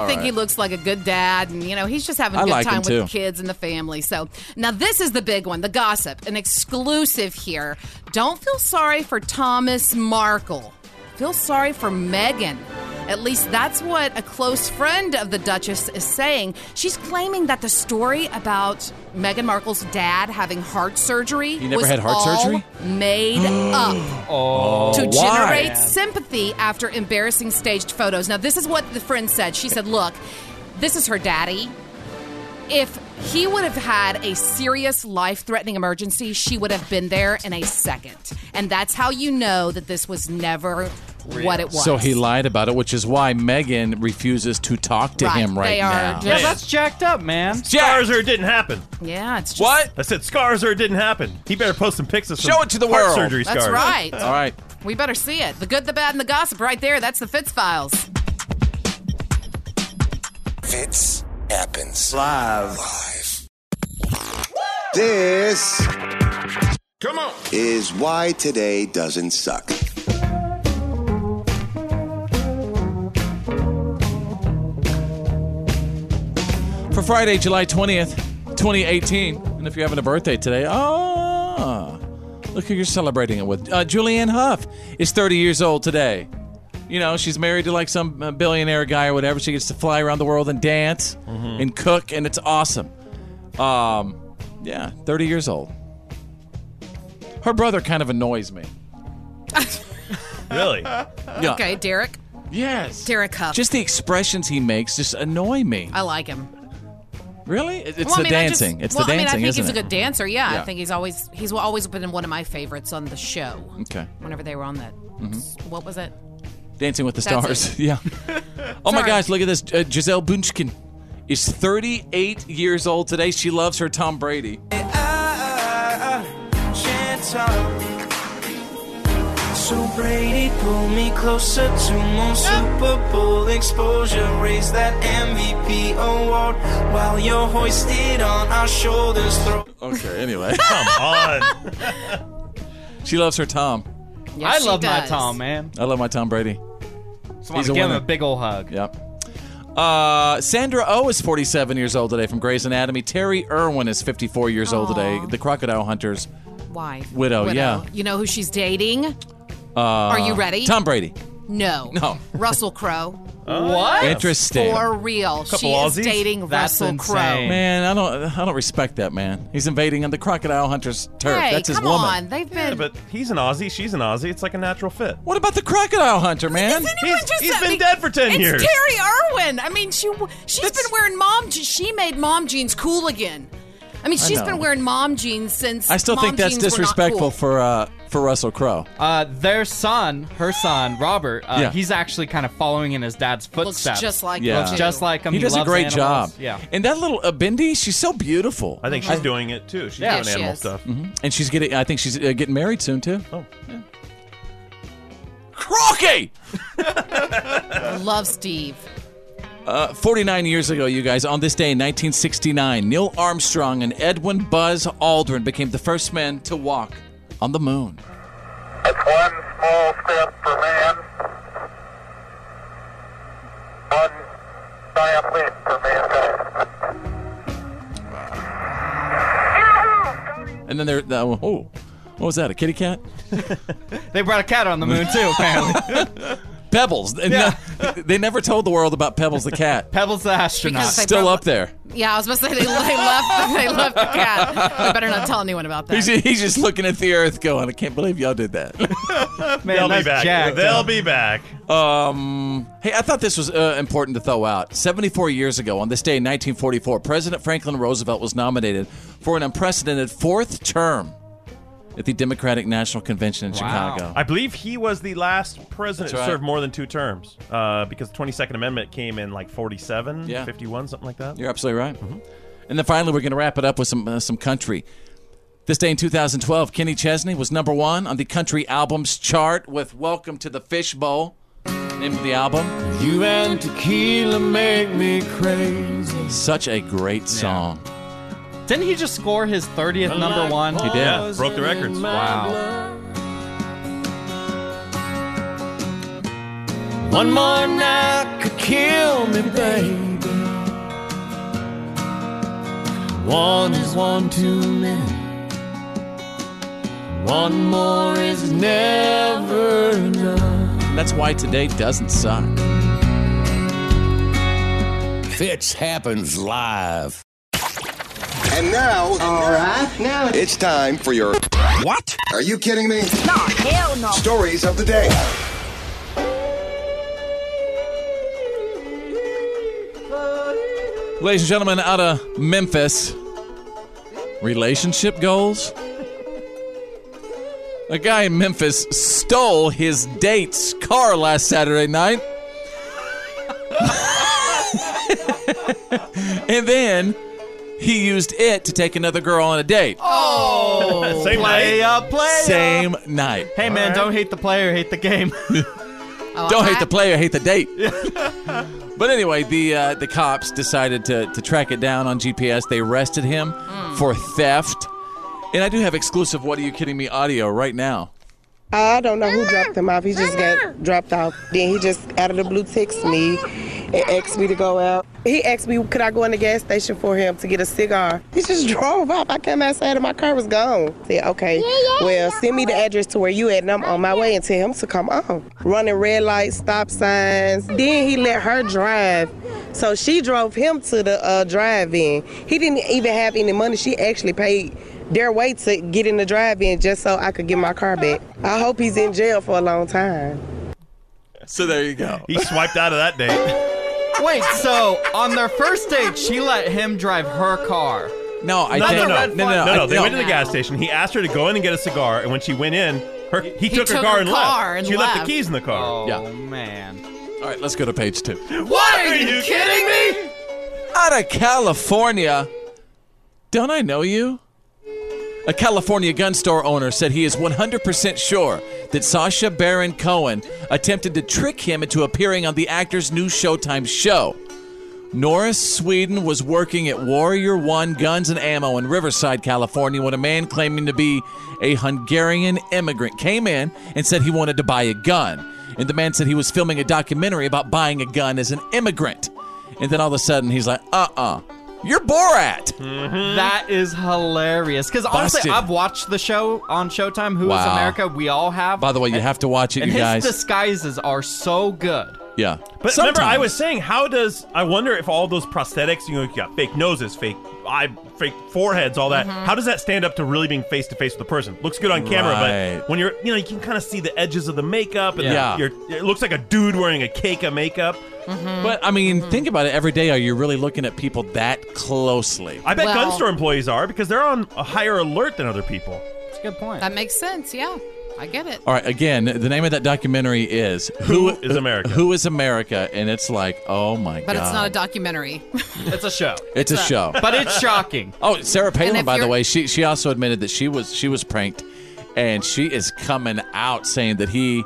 Speaker 1: All
Speaker 13: think
Speaker 1: right.
Speaker 13: he looks like a good dad, and you know he's just having a
Speaker 9: I
Speaker 13: good
Speaker 9: like
Speaker 13: time
Speaker 9: him,
Speaker 13: with
Speaker 9: too.
Speaker 13: the kids and the family. So now this is the big one, the gossip, an exclusive here. Don't feel sorry for Thomas Markle. Feel sorry for Megan. At least that's what a close friend of the Duchess is saying. She's claiming that the story about Meghan Markle's dad having heart surgery
Speaker 9: He never
Speaker 13: was
Speaker 9: had heart
Speaker 13: all
Speaker 9: surgery? (gasps)
Speaker 13: made up
Speaker 1: (laughs)
Speaker 9: Oh,
Speaker 13: to
Speaker 9: why?
Speaker 13: generate sympathy after embarrassing staged photos. Now, this is what the friend said. She said, Look, this is her daddy. If he would have had a serious life threatening emergency, she would have been there in a second. And that's how you know that this was never what it was.
Speaker 9: So he lied about it, which is why Megan refuses to talk to
Speaker 13: Right.
Speaker 9: him right
Speaker 13: They are
Speaker 9: now.
Speaker 13: just- Yeah, that's
Speaker 1: jacked up, man.
Speaker 12: Scars or it didn't happen.
Speaker 13: Yeah, it's just.
Speaker 9: What?
Speaker 12: I said scars or it didn't happen. He better post some pics of some
Speaker 9: Show it to the
Speaker 12: heart
Speaker 9: world.
Speaker 12: surgery
Speaker 13: That's
Speaker 12: scars.
Speaker 13: right. All
Speaker 9: right.
Speaker 13: We better see it. The good, the bad, and the gossip right there. That's the Fitz Files.
Speaker 10: Fits happens live. Live. This. Come on.
Speaker 14: Is why today doesn't suck.
Speaker 9: For Friday, July 20th, 2018. And if you're having a birthday today, ah, look who you're celebrating it with. Uh, Julianne Huff is 30 years old today. You know, she's married to like some uh, billionaire guy or whatever. She gets to fly around the world and dance
Speaker 12: Mhm.
Speaker 9: and cook, and it's awesome. Um, yeah, 30 years old. Her brother kind of annoys me.
Speaker 12: really?
Speaker 9: Yeah.
Speaker 13: Okay, Derek.
Speaker 9: Yes.
Speaker 13: Derek Huff.
Speaker 9: Just the expressions he makes just annoy me.
Speaker 13: I like him.
Speaker 9: Really? It- It's
Speaker 13: Well, I
Speaker 9: the
Speaker 13: mean, I just-
Speaker 9: dancing. it's
Speaker 13: well,
Speaker 9: the
Speaker 13: I mean,
Speaker 9: dancing,
Speaker 13: I think
Speaker 9: isn't
Speaker 13: he's
Speaker 9: it?
Speaker 13: a good dancer. Yeah,
Speaker 9: Yeah.
Speaker 13: I think he's always he's always been one of my favorites on the show.
Speaker 9: Okay.
Speaker 13: Whenever they were on that,
Speaker 9: Mhm.
Speaker 13: what was it?
Speaker 9: Dancing with the
Speaker 13: That's
Speaker 9: Stars.
Speaker 13: it.
Speaker 9: (laughs) yeah. oh my
Speaker 13: Sorry.
Speaker 9: gosh, look at this. Uh, Giselle Bunchkin is 38 years old today. She loves her Tom Brady.
Speaker 6: So Brady, pull me closer to more Super Bowl exposure. Raise that MVP award while you're hoisted on our shoulders. Throw
Speaker 1: (laughs)
Speaker 9: Okay, anyway.
Speaker 12: Come on.
Speaker 9: she loves her Tom.
Speaker 1: Yes, I she love my does. Tom, man.
Speaker 9: I love my Tom Brady.
Speaker 1: Just wanna give him a big old hug.
Speaker 9: Yep. Uh, Sandra oh is 47 years old today from Grey's Anatomy. Terry Irwin is 54 years old today. The Crocodile Hunters.
Speaker 13: Wife,
Speaker 9: Widow, yeah.
Speaker 13: You know who she's dating?
Speaker 9: Uh, Are
Speaker 13: you ready?
Speaker 9: Tom Brady.
Speaker 13: No,
Speaker 9: No.
Speaker 13: Russell Crowe.
Speaker 9: (laughs) What? Interesting.
Speaker 13: For real,
Speaker 9: Couple
Speaker 13: she
Speaker 9: Aussies?
Speaker 13: is dating Russell Crowe.
Speaker 9: Man, I don't I don't respect that man. He's invading on the crocodile hunter's turf.
Speaker 13: Hey,
Speaker 9: That's his
Speaker 13: come
Speaker 9: woman.
Speaker 13: on, they've been.
Speaker 12: Yeah, but he's an Aussie. She's an Aussie. It's like a natural fit.
Speaker 9: What about the crocodile hunter, man?
Speaker 13: Anyone just
Speaker 12: he's
Speaker 13: said-
Speaker 12: been dead for 10
Speaker 13: it's
Speaker 12: years.
Speaker 13: Terry Irwin. I mean, she she's been wearing mom. je- She made mom jeans cool again. I mean,
Speaker 9: I
Speaker 13: she's
Speaker 9: know.
Speaker 13: been wearing mom jeans since.
Speaker 9: I still
Speaker 13: mom
Speaker 9: think that's
Speaker 13: jeans were not
Speaker 9: disrespectful
Speaker 13: cool.
Speaker 9: for uh, for Russell Crowe.
Speaker 1: Uh, their son, her son, Robert, uh,
Speaker 9: Yeah.
Speaker 1: he's actually kind of following in his dad's footsteps.
Speaker 13: just like
Speaker 9: Yeah.
Speaker 1: Looks just like him.
Speaker 9: He does a
Speaker 1: loves
Speaker 9: great
Speaker 1: animals.
Speaker 9: job.
Speaker 1: Yeah.
Speaker 9: And that little Abindi, she's so beautiful.
Speaker 12: I think she's doing it too. She's Yeah, doing she animal is. stuff.
Speaker 9: Mhm. And she's getting. I think she's uh, getting married soon too. Oh, Crocky!
Speaker 13: (laughs) Love Steve.
Speaker 9: Uh, 49 years ago, you guys, on this day in 1969, Neil Armstrong and Edwin Buzz Aldrin became the first men to walk on the moon. And then there, uh, oh, what was that? A kitty cat?
Speaker 1: (laughs) They brought a cat on the moon too, apparently.
Speaker 9: (laughs) Pebbles. And no- they never told the world about Pebbles the
Speaker 1: (laughs)
Speaker 9: cat.
Speaker 1: Pebbles the astronaut.
Speaker 13: Because they
Speaker 9: Still
Speaker 13: prob-
Speaker 9: up there.
Speaker 13: Yeah, I was supposed to say they, they left. (laughs) They left the cat. I better not tell anyone about that. (laughs)
Speaker 9: He's, he's just looking at the earth going, I can't believe y'all did that.
Speaker 1: Man,
Speaker 12: They'll be that's back. jacked They'll up.
Speaker 9: be back. Um, hey, I thought this was uh, important to throw out. 74 years ago, on this day in 1944, President Franklin Roosevelt was nominated for an unprecedented fourth term at the Democratic National Convention in Chicago.
Speaker 12: I believe he was the last president
Speaker 9: That's
Speaker 12: to
Speaker 9: right.
Speaker 12: serve more than two terms uh, because the 22nd Amendment came in like 47,
Speaker 9: Yeah.
Speaker 12: 51, something like that.
Speaker 9: You're absolutely right. And then finally, we're going to wrap it up with some uh, some country. This day in 2012, Kenny Chesney was number one on the country albums chart with "Welcome to the Fishbowl," name of the album. You and tequila make me crazy. Such a great song.
Speaker 1: Didn't he just score his 30th number one?
Speaker 9: He did. Yeah, broke the records.
Speaker 1: Wow.
Speaker 21: One more night could kill me, baby. One is one too many.
Speaker 9: One more is never enough. That's why today doesn't suck.
Speaker 22: Fitch happens live.
Speaker 14: And now, all right, now it's time for your what? Are you kidding me? No, hell no. Stories of the day.
Speaker 9: Ladies and gentlemen, out of Memphis, relationship goals. A guy in Memphis stole his date's car last Saturday night. (laughs) and then he used it to take another girl on a date.
Speaker 12: (laughs)
Speaker 1: Oh,
Speaker 9: Same
Speaker 1: play
Speaker 9: night?
Speaker 1: up, play up.
Speaker 9: Same night.
Speaker 1: Hey man, don't hate the player, hate the
Speaker 9: (laughs)
Speaker 1: game. (laughs)
Speaker 9: Don't hate the player, hate the date. (laughs) but anyway, the uh, the cops decided to, to track it down on GPS. They arrested him
Speaker 12: Mm.
Speaker 9: for theft. And I do have exclusive What Are You Kidding Me audio right now.
Speaker 23: I don't know who dropped him off. He just got dropped off. Then he just out of the blue texted me and asked me to go out. He asked me, could I go in the gas station for him to get a cigar? He just (laughs) drove off. I came outside and my car was gone. Said, okay, well, send me the address to where you at and I'm on my way and tell him to come on. Running red lights, stop signs. Then he let her drive. So she drove him to the uh, drive-in. He didn't even have any money. She actually paid their way to get in the drive-in just so I could get my car back. I hope he's in jail for a long time.
Speaker 9: So there you go.
Speaker 12: He swiped out of that date.
Speaker 1: Wait, so on their first date, she let him drive her car.
Speaker 9: No,
Speaker 12: no, no, no, no, no, no, They went to the gas station. He asked her to go in and get a cigar, and when she went in, her, he, took, her car and
Speaker 1: car
Speaker 12: left.
Speaker 1: and
Speaker 12: she left.
Speaker 1: left.
Speaker 12: the keys in the car.
Speaker 1: Oh man.
Speaker 9: All right, let's go to page two.
Speaker 1: What are you kidding me?
Speaker 9: Out of California. Don't I know you? A California gun store owner said he is 100% sure that Sasha Baron Cohen attempted to trick him into appearing on the actor's new Showtime show. Norris Sweden was working at Warrior One Guns and Ammo in Riverside, California, when a man claiming to be a Hungarian immigrant came in and said he wanted to buy a gun. And the man said he was filming a documentary about buying a gun as an immigrant. And then all of a sudden, he's like, uh uh-uh. uh, you are Borat.
Speaker 1: That is hilarious. Because honestly,
Speaker 9: Busted.
Speaker 1: I've watched the show on Showtime. Who is
Speaker 9: Wow.
Speaker 1: America? We all have.
Speaker 9: By the way, you have to watch it,
Speaker 1: and
Speaker 9: you
Speaker 1: his
Speaker 9: guys.
Speaker 1: disguises are so Oh, good.
Speaker 9: (laughs) Yeah.
Speaker 12: But remember, I was saying, how does I wonder if all those prosthetics, you know, you got fake noses, fake eye, fake foreheads, all that.
Speaker 1: Mm-hmm.
Speaker 9: Mhm.
Speaker 12: How does that stand up to really being face to face with the person? Looks good on camera,
Speaker 9: Right.
Speaker 12: but when you're, you know, you can kind of see the edges of the makeup, and
Speaker 9: Yeah.
Speaker 12: the, you're, it looks like a dude wearing a cake of makeup.
Speaker 1: Mm-hmm.
Speaker 9: But I mean,
Speaker 13: Mm-hmm.
Speaker 9: think about it. Every day, are you really looking at people that closely?
Speaker 12: I bet
Speaker 13: Well-
Speaker 12: gun store employees are because they're on a higher alert than other people.
Speaker 13: That's a good point. That makes sense. Yeah, I get it.
Speaker 9: All right, again, the name of that documentary is Who is America? Who is America? And it's like, oh my
Speaker 13: But
Speaker 9: god.
Speaker 13: it's not a
Speaker 9: (laughs)
Speaker 13: documentary.
Speaker 1: It's a show.
Speaker 9: It's a show.
Speaker 1: But
Speaker 9: (laughs)
Speaker 1: it's shocking.
Speaker 9: Oh, Sarah
Speaker 13: And
Speaker 9: Palin,
Speaker 13: if
Speaker 9: by the
Speaker 13: you're-
Speaker 9: way, she she also admitted that she was she was pranked, and she is coming out saying that he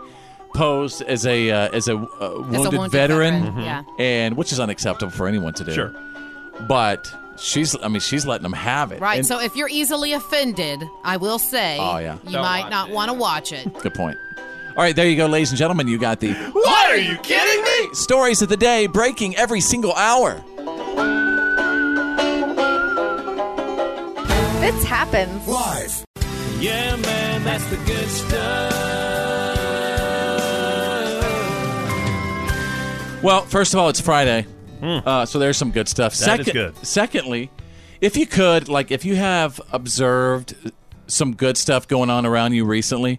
Speaker 9: posed as a uh, as a, uh, wounded,
Speaker 13: wounded
Speaker 9: veteran,
Speaker 13: veteran, Mhm. yeah.
Speaker 9: and which is unacceptable for anyone to do.
Speaker 13: Sure.
Speaker 9: but she's I mean she's letting them have it.
Speaker 13: Right.
Speaker 9: And-
Speaker 13: so if you're easily offended, I will say,
Speaker 9: Oh, yeah.
Speaker 13: you
Speaker 9: Don't
Speaker 13: might
Speaker 9: watch
Speaker 13: not want to watch it.
Speaker 9: good point. All right, there you go, ladies and gentlemen. You got the
Speaker 13: What are you kidding me?
Speaker 9: stories of the day breaking every single hour.
Speaker 3: Fitz happens. Live.
Speaker 21: Yeah, man, that's the good stuff.
Speaker 9: Well, first of all, it's Friday, uh, so there's some good stuff.
Speaker 12: Hmm. That is good.
Speaker 9: Secondly, if you could, like, if you have observed some good stuff going on around you recently,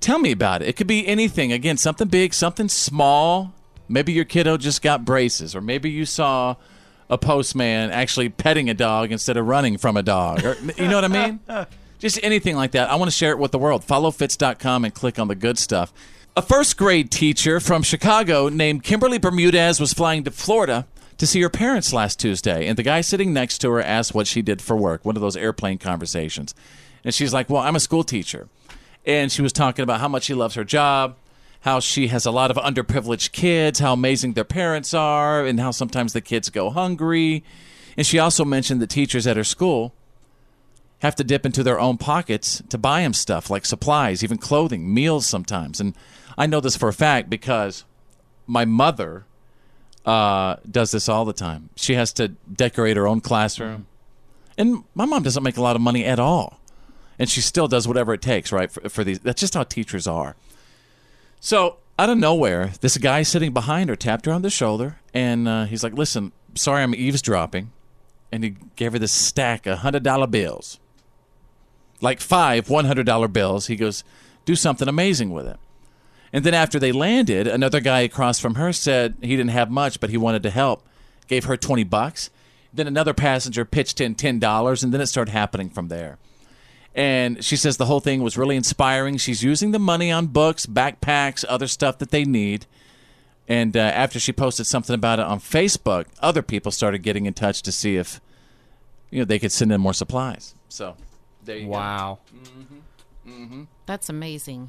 Speaker 9: tell me about it. It could be anything. Again, something big, something small. Maybe your kiddo just got braces, or maybe you saw a postman actually petting a dog instead of running from a dog. Or, you know what
Speaker 12: (laughs)
Speaker 9: I mean? (laughs) Just anything like that. I want to share it with the world. Follow fits.com and click on the good stuff. A first grade teacher from Chicago named Kimberly Bermudez was flying to Florida to see her parents last Tuesday. And the guy sitting next to her asked what she did for work, one of those airplane conversations. And she's like, Well, I'm a school teacher. And she was talking about how much she loves her job, how she has a lot of underprivileged kids, how amazing their parents are, and how sometimes the kids go hungry. And she also mentioned that teachers at her school have to dip into their own pockets to buy him stuff like supplies, even clothing, meals sometimes. And I know this for a fact because my mother uh, does this all the time. She has to decorate her own classroom. And my mom doesn't make a lot of money at all. And she still does whatever it takes, right? For, for these, that's just how teachers are. So out of nowhere, this guy sitting behind her tapped her on the shoulder, and uh, he's like, "Listen, sorry, I'm eavesdropping," and he gave her this stack of hundred dollar bills, like five one hundred dollar bills. He goes, "Do something amazing with it." And then after they landed, another guy across from her said he didn't have much, but he wanted to help. Gave her twenty bucks. Then another passenger pitched in ten dollars, and then it started happening from there. And she says the whole thing was really inspiring. She's using the money on books, backpacks, other stuff that they need. And uh, after she posted something about it on Facebook, other people started getting in touch to see if you know they could send in more supplies. So there you
Speaker 1: wow. Mm-hmm.
Speaker 13: That's amazing.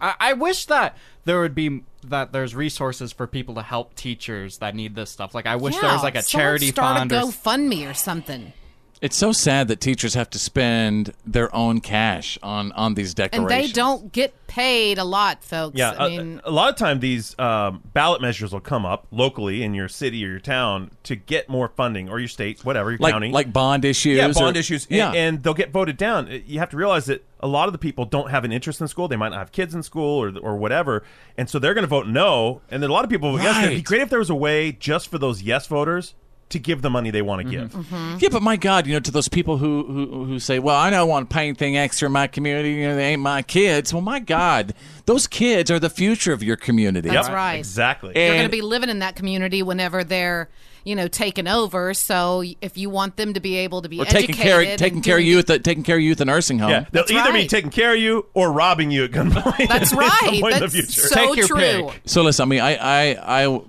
Speaker 1: I, I wish that there would be that there's resources for people to help teachers that need this stuff. Like I wish there was like a
Speaker 13: someone
Speaker 1: charity
Speaker 13: start
Speaker 1: fund.
Speaker 13: a
Speaker 1: Or,
Speaker 13: GoFundMe or something,
Speaker 9: It's so sad that teachers have to spend their own cash on on these
Speaker 13: and
Speaker 9: decorations.
Speaker 13: they don't get paid a lot, folks.
Speaker 12: Yeah,
Speaker 13: I
Speaker 12: a-
Speaker 13: mean,
Speaker 12: a, lot of time these um, ballot measures will come up locally in your city or your town to get more funding or your state, whatever your
Speaker 9: like
Speaker 12: county,
Speaker 9: like bond issues.
Speaker 12: yeah, bond
Speaker 9: or-
Speaker 12: issues, and,
Speaker 9: Yeah,
Speaker 12: and they'll get voted down. Uh, You have to realize that a lot of the people don't have an interest in school. They might not have kids in school or or whatever, and so they're going to vote no. And then a lot of people vote yes. It'd be
Speaker 9: Right.
Speaker 12: great if there was a way just for those yes voters to give the money they want to give.
Speaker 9: Mm-hmm. Yeah, but my God, you know, to those people who who, who say, "Well, I don't want to pay anything extra in my community. You know, they ain't my kids." Well, my God, those kids are the future of your community.
Speaker 13: That's Yep, right.
Speaker 1: uh,
Speaker 12: Exactly.
Speaker 13: they're going to be living in that community whenever they're, you know, taken over. So if you want them to be able to be
Speaker 9: we're
Speaker 13: educated,
Speaker 9: taking care
Speaker 13: and
Speaker 9: taking care of
Speaker 13: doing-
Speaker 9: you at the taking care of you at the nursing home.
Speaker 12: Yeah, they'll
Speaker 13: That's
Speaker 12: either be
Speaker 13: right.
Speaker 12: taking care of you or robbing you at gunpoint.
Speaker 13: That's
Speaker 12: at
Speaker 13: right.
Speaker 12: some point (laughs) in the
Speaker 13: That's
Speaker 12: future.
Speaker 13: so Take your true. pick.
Speaker 9: So listen, I mean, I, I I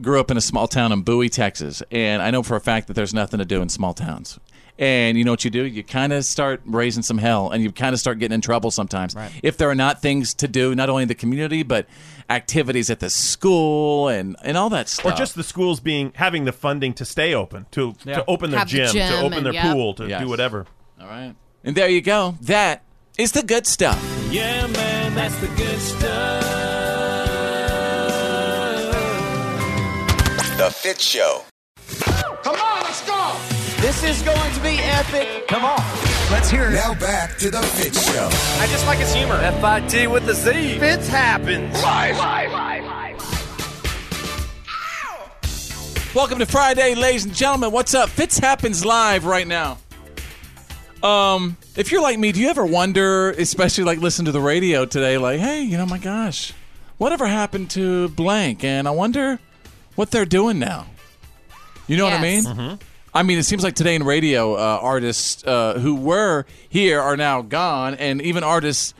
Speaker 9: grew up in a small town in Bowie, Texas, and I know for a fact that there's nothing to do in small towns. And you know what you do? You kind of start raising some hell, and you kind of start getting in trouble sometimes. If there are not things to do, not only in the community, but activities at the school and, and all that
Speaker 12: or
Speaker 9: stuff.
Speaker 12: just the schools being having the funding to stay open to
Speaker 9: Yeah.
Speaker 12: to open their
Speaker 9: Have the
Speaker 12: gym, to
Speaker 9: gym
Speaker 12: open
Speaker 9: and-
Speaker 12: their
Speaker 9: yep.
Speaker 12: pool to
Speaker 9: Yes.
Speaker 12: do whatever
Speaker 9: all right. And there you go. That is the good stuff.
Speaker 21: Yeah, man, that's the good stuff.
Speaker 10: The Fit Show.
Speaker 21: Come on, let's go.
Speaker 4: This is going to be epic. Come on.
Speaker 10: Let's hear it. Now back to The Fit Show.
Speaker 4: I just like his humor. F I T with the Z. Fits happens.
Speaker 10: Live.
Speaker 4: Live.
Speaker 9: Welcome to Friday, ladies and gentlemen. What's up? Fitz happens live right now. Um, if you're like me, do you ever wonder, especially like listen to the radio today, like, hey, you know, my gosh, whatever happened to blank? And I wonder what they're doing now. You know
Speaker 13: Yes.
Speaker 9: what I mean? I mean, it seems like today in radio, uh, artists uh, who were here are now gone, and even artists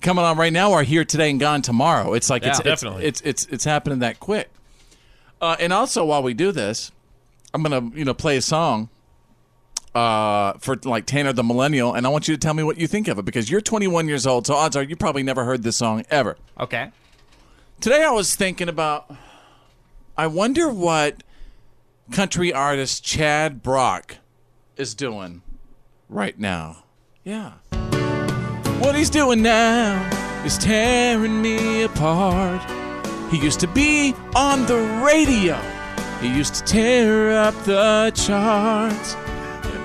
Speaker 9: coming on right now are here today and gone tomorrow. It's like it's,
Speaker 12: Yeah,
Speaker 9: it's-
Speaker 12: definitely.
Speaker 9: it's it's it's happening that quick. Uh, and also, while we do this, I'm gonna you know play a song uh, for like Tanner the Millennial, and I want you to tell me what you think of it because you're 21 years old, so odds are you probably never heard this song ever.
Speaker 1: Okay.
Speaker 9: Today I was thinking about. I wonder what country artist Chad Brock is doing right now. Yeah. What he's doing now is tearing me apart. He used to be on the radio. He used to tear up the charts.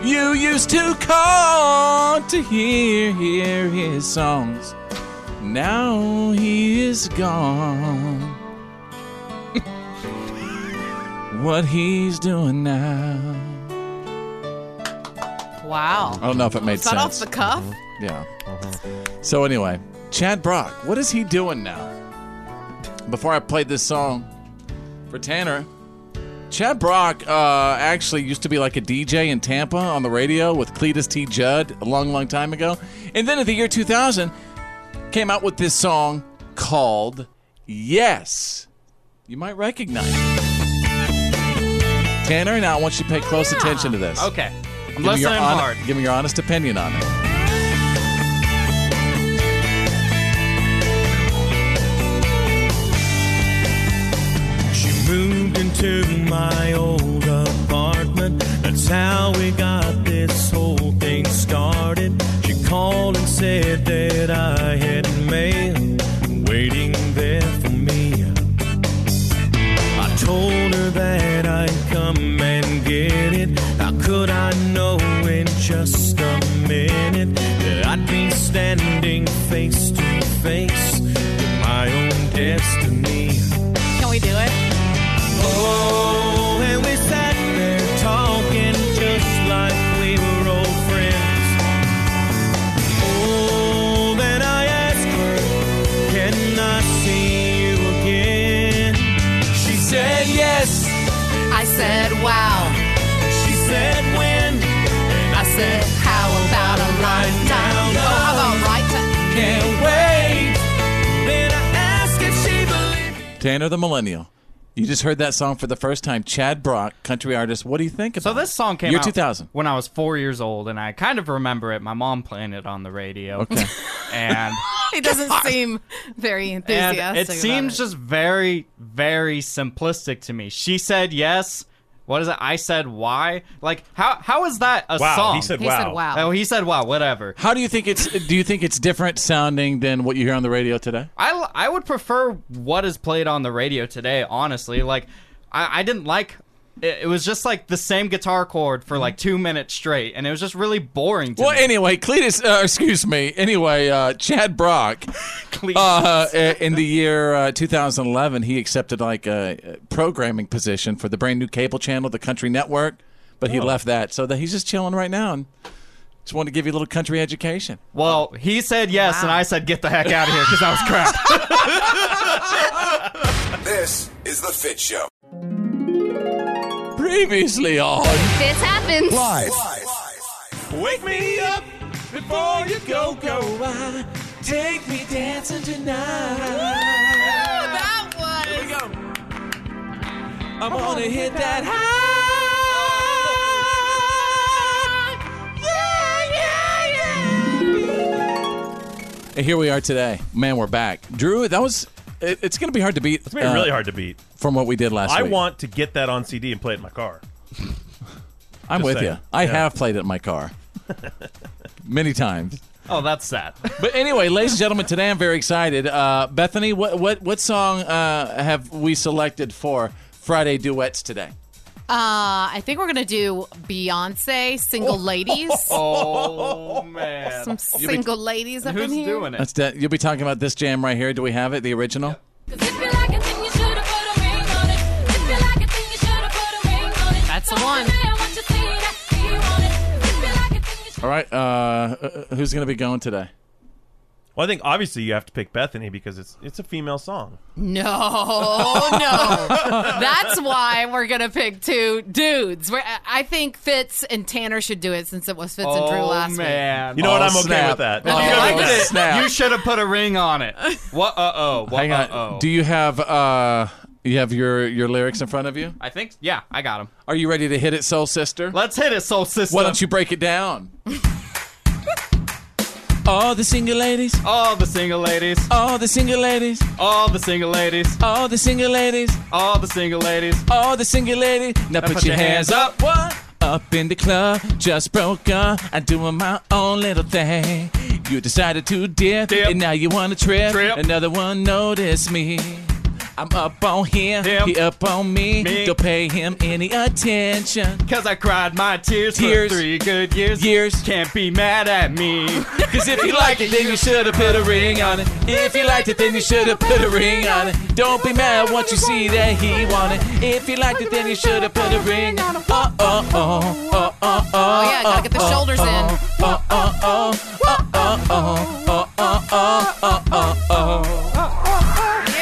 Speaker 9: You used to call to hear hear his songs. Now he is gone. (laughs) what he's doing now.
Speaker 13: Wow.
Speaker 9: I don't know if it made
Speaker 13: Is that off
Speaker 9: sense. Mm-hmm.
Speaker 13: the cuff?
Speaker 9: Yeah. So anyway, Chad Brock, what is he doing now? Before I played this song for Tanner, Chad Brock uh, actually used to be like a DJ in Tampa on the radio with Cletus T. Judd a long, long time ago, and then in the year 2000, came out with this song called "Yes." You might recognize. it. Tanner, now I want you to pay close attention to this.
Speaker 1: Okay. I'm
Speaker 9: Give me your
Speaker 1: listening
Speaker 9: hon-
Speaker 1: hard.
Speaker 9: Give me your honest opinion on it.
Speaker 21: She moved into my old apartment. That's how we got this whole thing started. She called and said that I had mail waiting there for me. I told her that I'd come and get it. How could I know in just a minute that I'd be standing face to face with my own destiny?
Speaker 13: Can we do it?
Speaker 21: Oh, and we sat there talking just like we were old friends. Oh, then I asked her, Can I see you again? She said yes.
Speaker 13: I said, wow.
Speaker 21: She said when. And
Speaker 13: I said, how about a right now?
Speaker 21: No.
Speaker 13: Oh, how about right now?
Speaker 21: Can't wait. Then I asked if she believed.
Speaker 9: Tanner the Millennial. You just heard that song for the first time. Chad Brock, country artist. What do you think about
Speaker 1: So this song came
Speaker 9: Year
Speaker 1: out
Speaker 9: 2000.
Speaker 1: when I was four years old, and I kind of remember it. My mom playing it on the radio. Okay. (laughs)
Speaker 13: (laughs)
Speaker 1: and
Speaker 13: It doesn't seem very enthusiastic.
Speaker 1: and it
Speaker 13: about
Speaker 1: seems just very, very simplistic to me. She said yes. What is it? I said why. Like how how is that a
Speaker 9: Wow,
Speaker 1: song?
Speaker 9: he said He said wow. wow.
Speaker 1: Oh, he said wow. Whatever.
Speaker 9: How do you think it's do you think it's different sounding than what you hear on the radio today?
Speaker 1: I, I would prefer what is played on the radio today, honestly. Like, I, I didn't like it, it was just like the same guitar chord for like two minutes straight, and it was just really boring to
Speaker 9: Well,
Speaker 1: me.
Speaker 9: anyway, Cletus, uh, excuse me. Anyway, uh,
Speaker 1: (laughs)
Speaker 9: Chad Brock, uh, i- in the year uh, 2011, he accepted like a programming position for the brand new cable channel, the Country Network, but he
Speaker 1: Oh.
Speaker 9: left that so that he's just chilling right now and just wanted to give you a little country education.
Speaker 1: Well, he said yes, and I said get the heck out of here because that was
Speaker 9: (laughs)
Speaker 1: crap.
Speaker 10: This is the Fit Show.
Speaker 9: Previously on.
Speaker 16: This happens.
Speaker 9: Wake me up before you go go.
Speaker 6: uh,
Speaker 9: Take me dancing tonight.
Speaker 16: That was. Here we
Speaker 9: go. I'm gonna hit that high. Yeah, yeah, And here we are today. Man, we're back. Drew, that was. It, it's going to be hard to beat. It's
Speaker 12: gonna be really hard to beat.
Speaker 9: From what we did last
Speaker 12: I
Speaker 9: week.
Speaker 12: want to get that on CD and play it in my
Speaker 9: (laughs)
Speaker 12: car.
Speaker 9: I'm
Speaker 12: just
Speaker 9: with
Speaker 12: saying.
Speaker 9: you. I
Speaker 12: Yeah.
Speaker 9: have played it in my car many times.
Speaker 1: oh, that's sad.
Speaker 9: But anyway, ladies and gentlemen, today I'm very excited. Uh, Bethany, what what what song uh, have we selected for Friday duets today?
Speaker 13: Uh, I think we're gonna do Beyonce, single ladies.
Speaker 1: Oh man,
Speaker 13: some
Speaker 9: You'll be-
Speaker 13: single ladies up in here.
Speaker 9: That's de- you'll be talking about this jam right here. Do we have it? The original?
Speaker 16: If you like it, then you should have put a ring on it. If you like it, then you should have put a ring
Speaker 9: All right. Uh, uh, who's going to be going today?
Speaker 12: Well, I think obviously you have to pick Bethany because it's it's a female song.
Speaker 13: No,
Speaker 12: (laughs)
Speaker 13: no. That's why we're gonna pick two dudes. We're, I think Fitz and Tanner should do it since it was Fitz and Drew
Speaker 1: Oh,
Speaker 13: last
Speaker 1: man.
Speaker 12: You know what?
Speaker 9: Oh,
Speaker 12: I'm okay with that. Oh,
Speaker 1: If you liked it,
Speaker 9: snap.
Speaker 1: you should have put a ring on it. What? Uh oh. What?
Speaker 9: Hang on.
Speaker 1: Uh oh.
Speaker 9: Do you have uh, you have your your lyrics in front of you?
Speaker 1: I think. Yeah, I got him.
Speaker 9: Are you ready to hit it, Soul Sister?
Speaker 1: Let's hit it, Soul Sister.
Speaker 9: Why don't you break
Speaker 1: (laughs)
Speaker 9: it down? All the single ladies.
Speaker 1: All the single ladies.
Speaker 9: All the single ladies.
Speaker 1: All the single ladies.
Speaker 9: All the single ladies.
Speaker 1: All the single ladies.
Speaker 9: All the single ladies. Now put, your, hands, up. What? Up in the club, just broke up. I'm doing my own little thing. You decided to dip, and now you want to trip. Another one noticed me. I'm up on him, he up on me. Don't pay him any attention.
Speaker 1: Cause I cried my tears,
Speaker 9: Tears.
Speaker 1: for three good years. Years. Can't be mad at me.
Speaker 9: (laughs) Cause if you liked it, then you should have put a ring on it. If you liked it, then you should have put a ring on it. Don't be mad once you see that he wanted. If you liked it, then you should have put a ring on it. Oh, oh, oh, oh, oh, oh.
Speaker 13: Oh yeah, gotta get the shoulders
Speaker 12: (laughs)
Speaker 13: in.
Speaker 9: Oh, oh, oh, oh, oh, oh, oh, oh, oh, oh, oh, oh.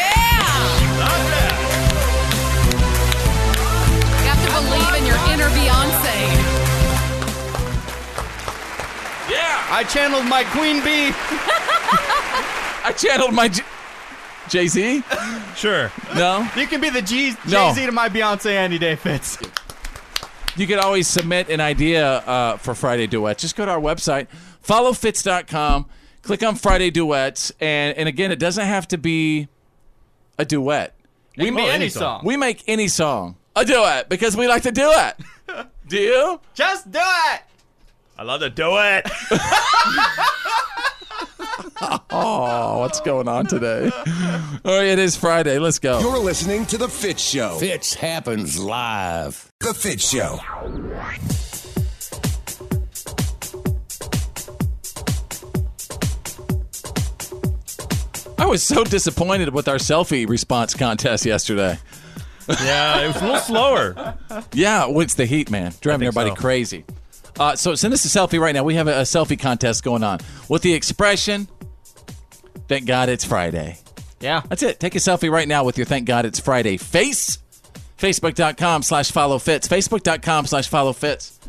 Speaker 13: You have to believe in your inner Beyonce.
Speaker 9: Yeah.
Speaker 1: I channeled my queen bee.
Speaker 9: (laughs) I channeled my Jay Z.
Speaker 12: Sure.
Speaker 9: No.
Speaker 1: You can be the G- Jay
Speaker 9: No.
Speaker 1: Z to my Beyonce any day, Fitz.
Speaker 9: You can always submit an idea uh, for Friday Duets. Just go to our website, followfits.com, click on Friday Duets, and, and again, it doesn't have to be a duet.
Speaker 1: It can be any song.
Speaker 9: We make any song a duet because we like to do it. do you?
Speaker 1: Just do it.
Speaker 12: I love to do it.
Speaker 9: (laughs) Oh, what's going on today? All right, it is Friday. Let's go.
Speaker 14: You're listening to The Fit Show.
Speaker 22: Fitch happens live.
Speaker 14: The Fit Show.
Speaker 9: I was so disappointed with our selfie response contest yesterday.
Speaker 12: Yeah, it was a little slower.
Speaker 9: Yeah, well, it's the heat, man. Driving
Speaker 12: think
Speaker 9: everybody
Speaker 12: so.
Speaker 9: crazy. Uh, so send us a selfie right now. We have a, a selfie contest going on with the expression, thank God it's Friday.
Speaker 1: Yeah.
Speaker 9: That's it. Take a selfie right now with your thank God it's Friday face. Facebook.com slash follow fits. Facebook.com slash follow fits.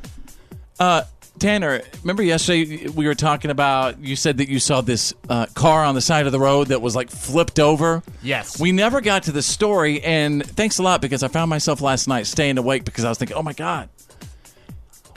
Speaker 9: Uh, Tanner, remember yesterday we were talking about, you said that you saw this uh, car on the side of the road that was like flipped over.
Speaker 1: Yes.
Speaker 9: We never got to the story, and thanks a lot because I found myself last night staying awake because I was thinking, oh my God,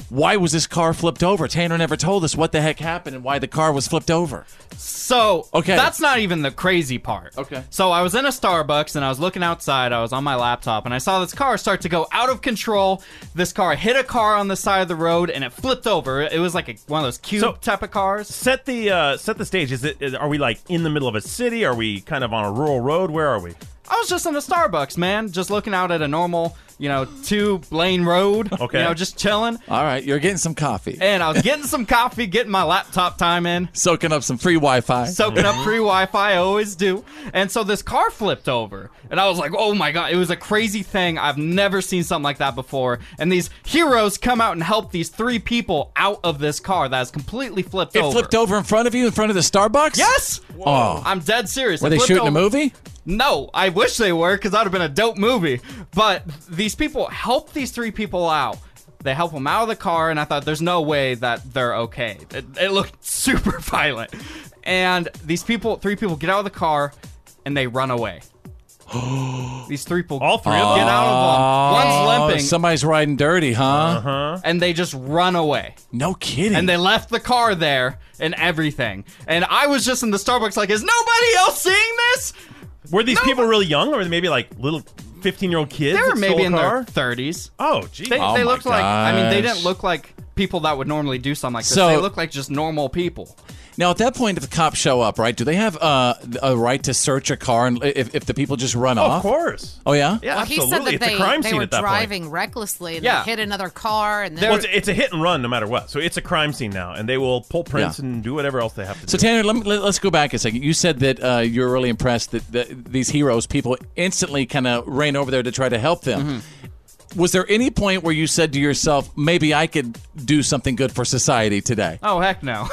Speaker 9: why was this car flipped over? Tanner never told us what the heck happened and why the car was flipped over.
Speaker 1: So
Speaker 9: Okay.
Speaker 1: that's not even the crazy part.
Speaker 9: Okay.
Speaker 1: So I was in a Starbucks and I was looking outside. I was on my laptop and I saw this car start to go out of control. This car hit a car on the side of the road and it flipped over. It was like a, one of those cube type of cars.
Speaker 12: Set the uh, set the stage. Is it? Is, are we like in the middle of a city? Are we kind of on a rural road? Where are we?
Speaker 1: I was just in a Starbucks, man, just looking out at a normal, you know, two lane road.
Speaker 9: Okay.
Speaker 1: You know, just chilling.
Speaker 9: All right, you're getting some coffee,
Speaker 1: And I was getting some coffee, getting my laptop time in.
Speaker 9: soaking up some free Mm-hmm. Wi Fi.
Speaker 1: soaking up free Wi-Fi. I always do. And so this car flipped over, and I was like, "Oh my god!" It was a crazy thing. I've never seen something like that before. And these heroes come out and help these three people out of this car that is completely flipped
Speaker 9: It
Speaker 1: over.
Speaker 9: flipped over in front of you, in front of the Starbucks? (gasps)
Speaker 1: Yes.
Speaker 9: Oh.
Speaker 1: I'm dead serious.
Speaker 9: Were
Speaker 1: It
Speaker 9: they
Speaker 1: flipped
Speaker 9: shooting a
Speaker 1: over-
Speaker 9: movie?
Speaker 1: No, I wish they were, because that would have been a dope movie. But these people help these three people out. They help them out of the car, and I thought, there's no way that they're okay. It, it looked (laughs) super violent. And these people, three people, get out of the car, and they run away. these three people, all
Speaker 12: three of them?
Speaker 1: get out of them. One's
Speaker 9: Oh,
Speaker 1: limping,
Speaker 9: Somebody's riding dirty, huh?
Speaker 12: Uh-huh.
Speaker 1: and they just run away.
Speaker 9: No kidding.
Speaker 1: And they left the car there and everything. And I was just in the Starbucks, like, is nobody else seeing this?
Speaker 12: Were these people really young, or were they maybe like little fifteen-year-old kids?
Speaker 1: They were
Speaker 12: that
Speaker 1: maybe
Speaker 12: stole a
Speaker 1: in
Speaker 12: car?
Speaker 1: their 30s.
Speaker 12: Oh, geez.
Speaker 1: They,
Speaker 12: Oh
Speaker 1: they
Speaker 12: my
Speaker 1: looked like, I mean, they
Speaker 9: gosh.
Speaker 1: didn't look like people that would normally do something like this.
Speaker 9: So-
Speaker 1: they looked like just normal people.
Speaker 9: Now, at that point, if the cops show up, right, do they have uh, a right to search a car and if, if the people just run
Speaker 12: Oh,
Speaker 9: off?
Speaker 12: of course.
Speaker 9: Oh, yeah?
Speaker 12: Yeah,
Speaker 13: well, he
Speaker 12: absolutely.
Speaker 13: said that
Speaker 12: it's
Speaker 13: they,
Speaker 12: a crime
Speaker 13: they
Speaker 12: scene
Speaker 13: were
Speaker 12: at that point.
Speaker 13: driving recklessly and
Speaker 12: Yeah.
Speaker 13: they hit another car and then
Speaker 12: Well, it's, it's a hit and run no matter what. So it's a crime scene now, and they will pull prints and do whatever else they have to
Speaker 9: So, Tanner, let me, let, us go back a second. You said that uh, you were really impressed that, that these heroes, people instantly kind of ran over there to try to help them.
Speaker 1: Mm-hmm.
Speaker 9: was there any point where you said to yourself, maybe I could do something good for society today?
Speaker 1: Oh heck
Speaker 12: (laughs)
Speaker 1: no!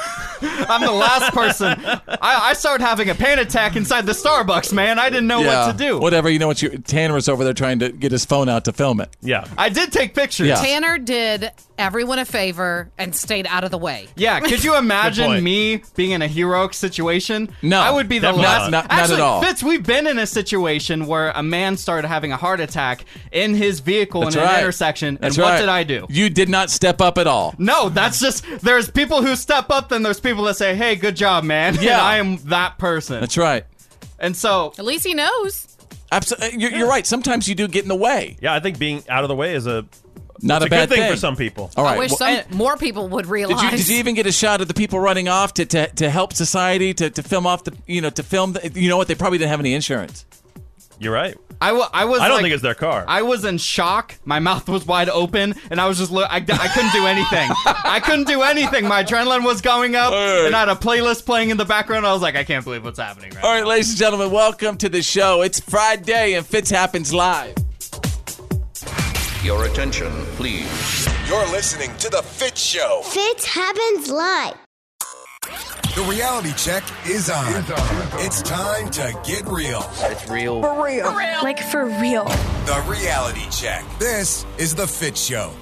Speaker 1: I'm the last
Speaker 9: (laughs)
Speaker 1: person. I, I started having a panic attack inside the Starbucks, man. I didn't know what to do.
Speaker 9: Whatever, you know what? Your, Tanner's over there trying to get his phone out to film it.
Speaker 12: Yeah.
Speaker 1: I did take pictures.
Speaker 9: Yeah.
Speaker 13: Tanner did everyone a favor and stayed out of the way.
Speaker 9: (laughs)
Speaker 1: Yeah, could you
Speaker 13: point.
Speaker 1: imagine me being in a heroic situation?
Speaker 9: No,
Speaker 1: I would be the
Speaker 9: definitely
Speaker 1: last.
Speaker 9: not. Not- not at
Speaker 1: Actually,
Speaker 9: all.
Speaker 1: Fitz, we've been in a situation where a man started having a heart attack in his vehicle
Speaker 9: That's
Speaker 1: in
Speaker 9: right.
Speaker 1: an intersection,
Speaker 9: That's
Speaker 1: and what
Speaker 9: right.
Speaker 1: did I do?
Speaker 9: You did not step up at all.
Speaker 1: No, that's just there's people who step up, then there's people that say, "Hey, good job, man." (laughs) and
Speaker 9: Yeah.
Speaker 1: I am that person.
Speaker 9: That's right.
Speaker 1: And so,
Speaker 13: At least he knows.
Speaker 9: Absolutely, uh, you're, you're right. Sometimes you do get in the way.
Speaker 12: Yeah, I think being out of the way is a
Speaker 9: not
Speaker 12: it's
Speaker 9: a,
Speaker 12: a
Speaker 9: bad
Speaker 12: good thing for some people.
Speaker 9: All right.
Speaker 13: I wish
Speaker 9: well,
Speaker 13: some
Speaker 9: and-
Speaker 13: more people would realize.
Speaker 9: did you, did you even get a shot of the people running off to, to, to help society to, to film off the you know to film the, you know what they probably didn't have any insurance.
Speaker 12: You're right.
Speaker 1: I, w- I was.
Speaker 12: I don't
Speaker 1: like-
Speaker 12: think it's their car.
Speaker 1: I was in shock. My mouth was wide open, and I was just lo- I, I couldn't do anything. I couldn't do anything. My adrenaline was going up, and I had a playlist playing in the background. I was like, I can't believe what's happening. right
Speaker 9: All right, ladies and gentlemen, welcome to the show. It's Friday and Fitz happens live.
Speaker 5: Your attention, please.
Speaker 10: You're listening to The Fit Show.
Speaker 2: Fitz happens live.
Speaker 10: The reality check is on. It's time to get real. It's real.
Speaker 5: For real. Like for real.
Speaker 10: The reality check. This is The Fit Show.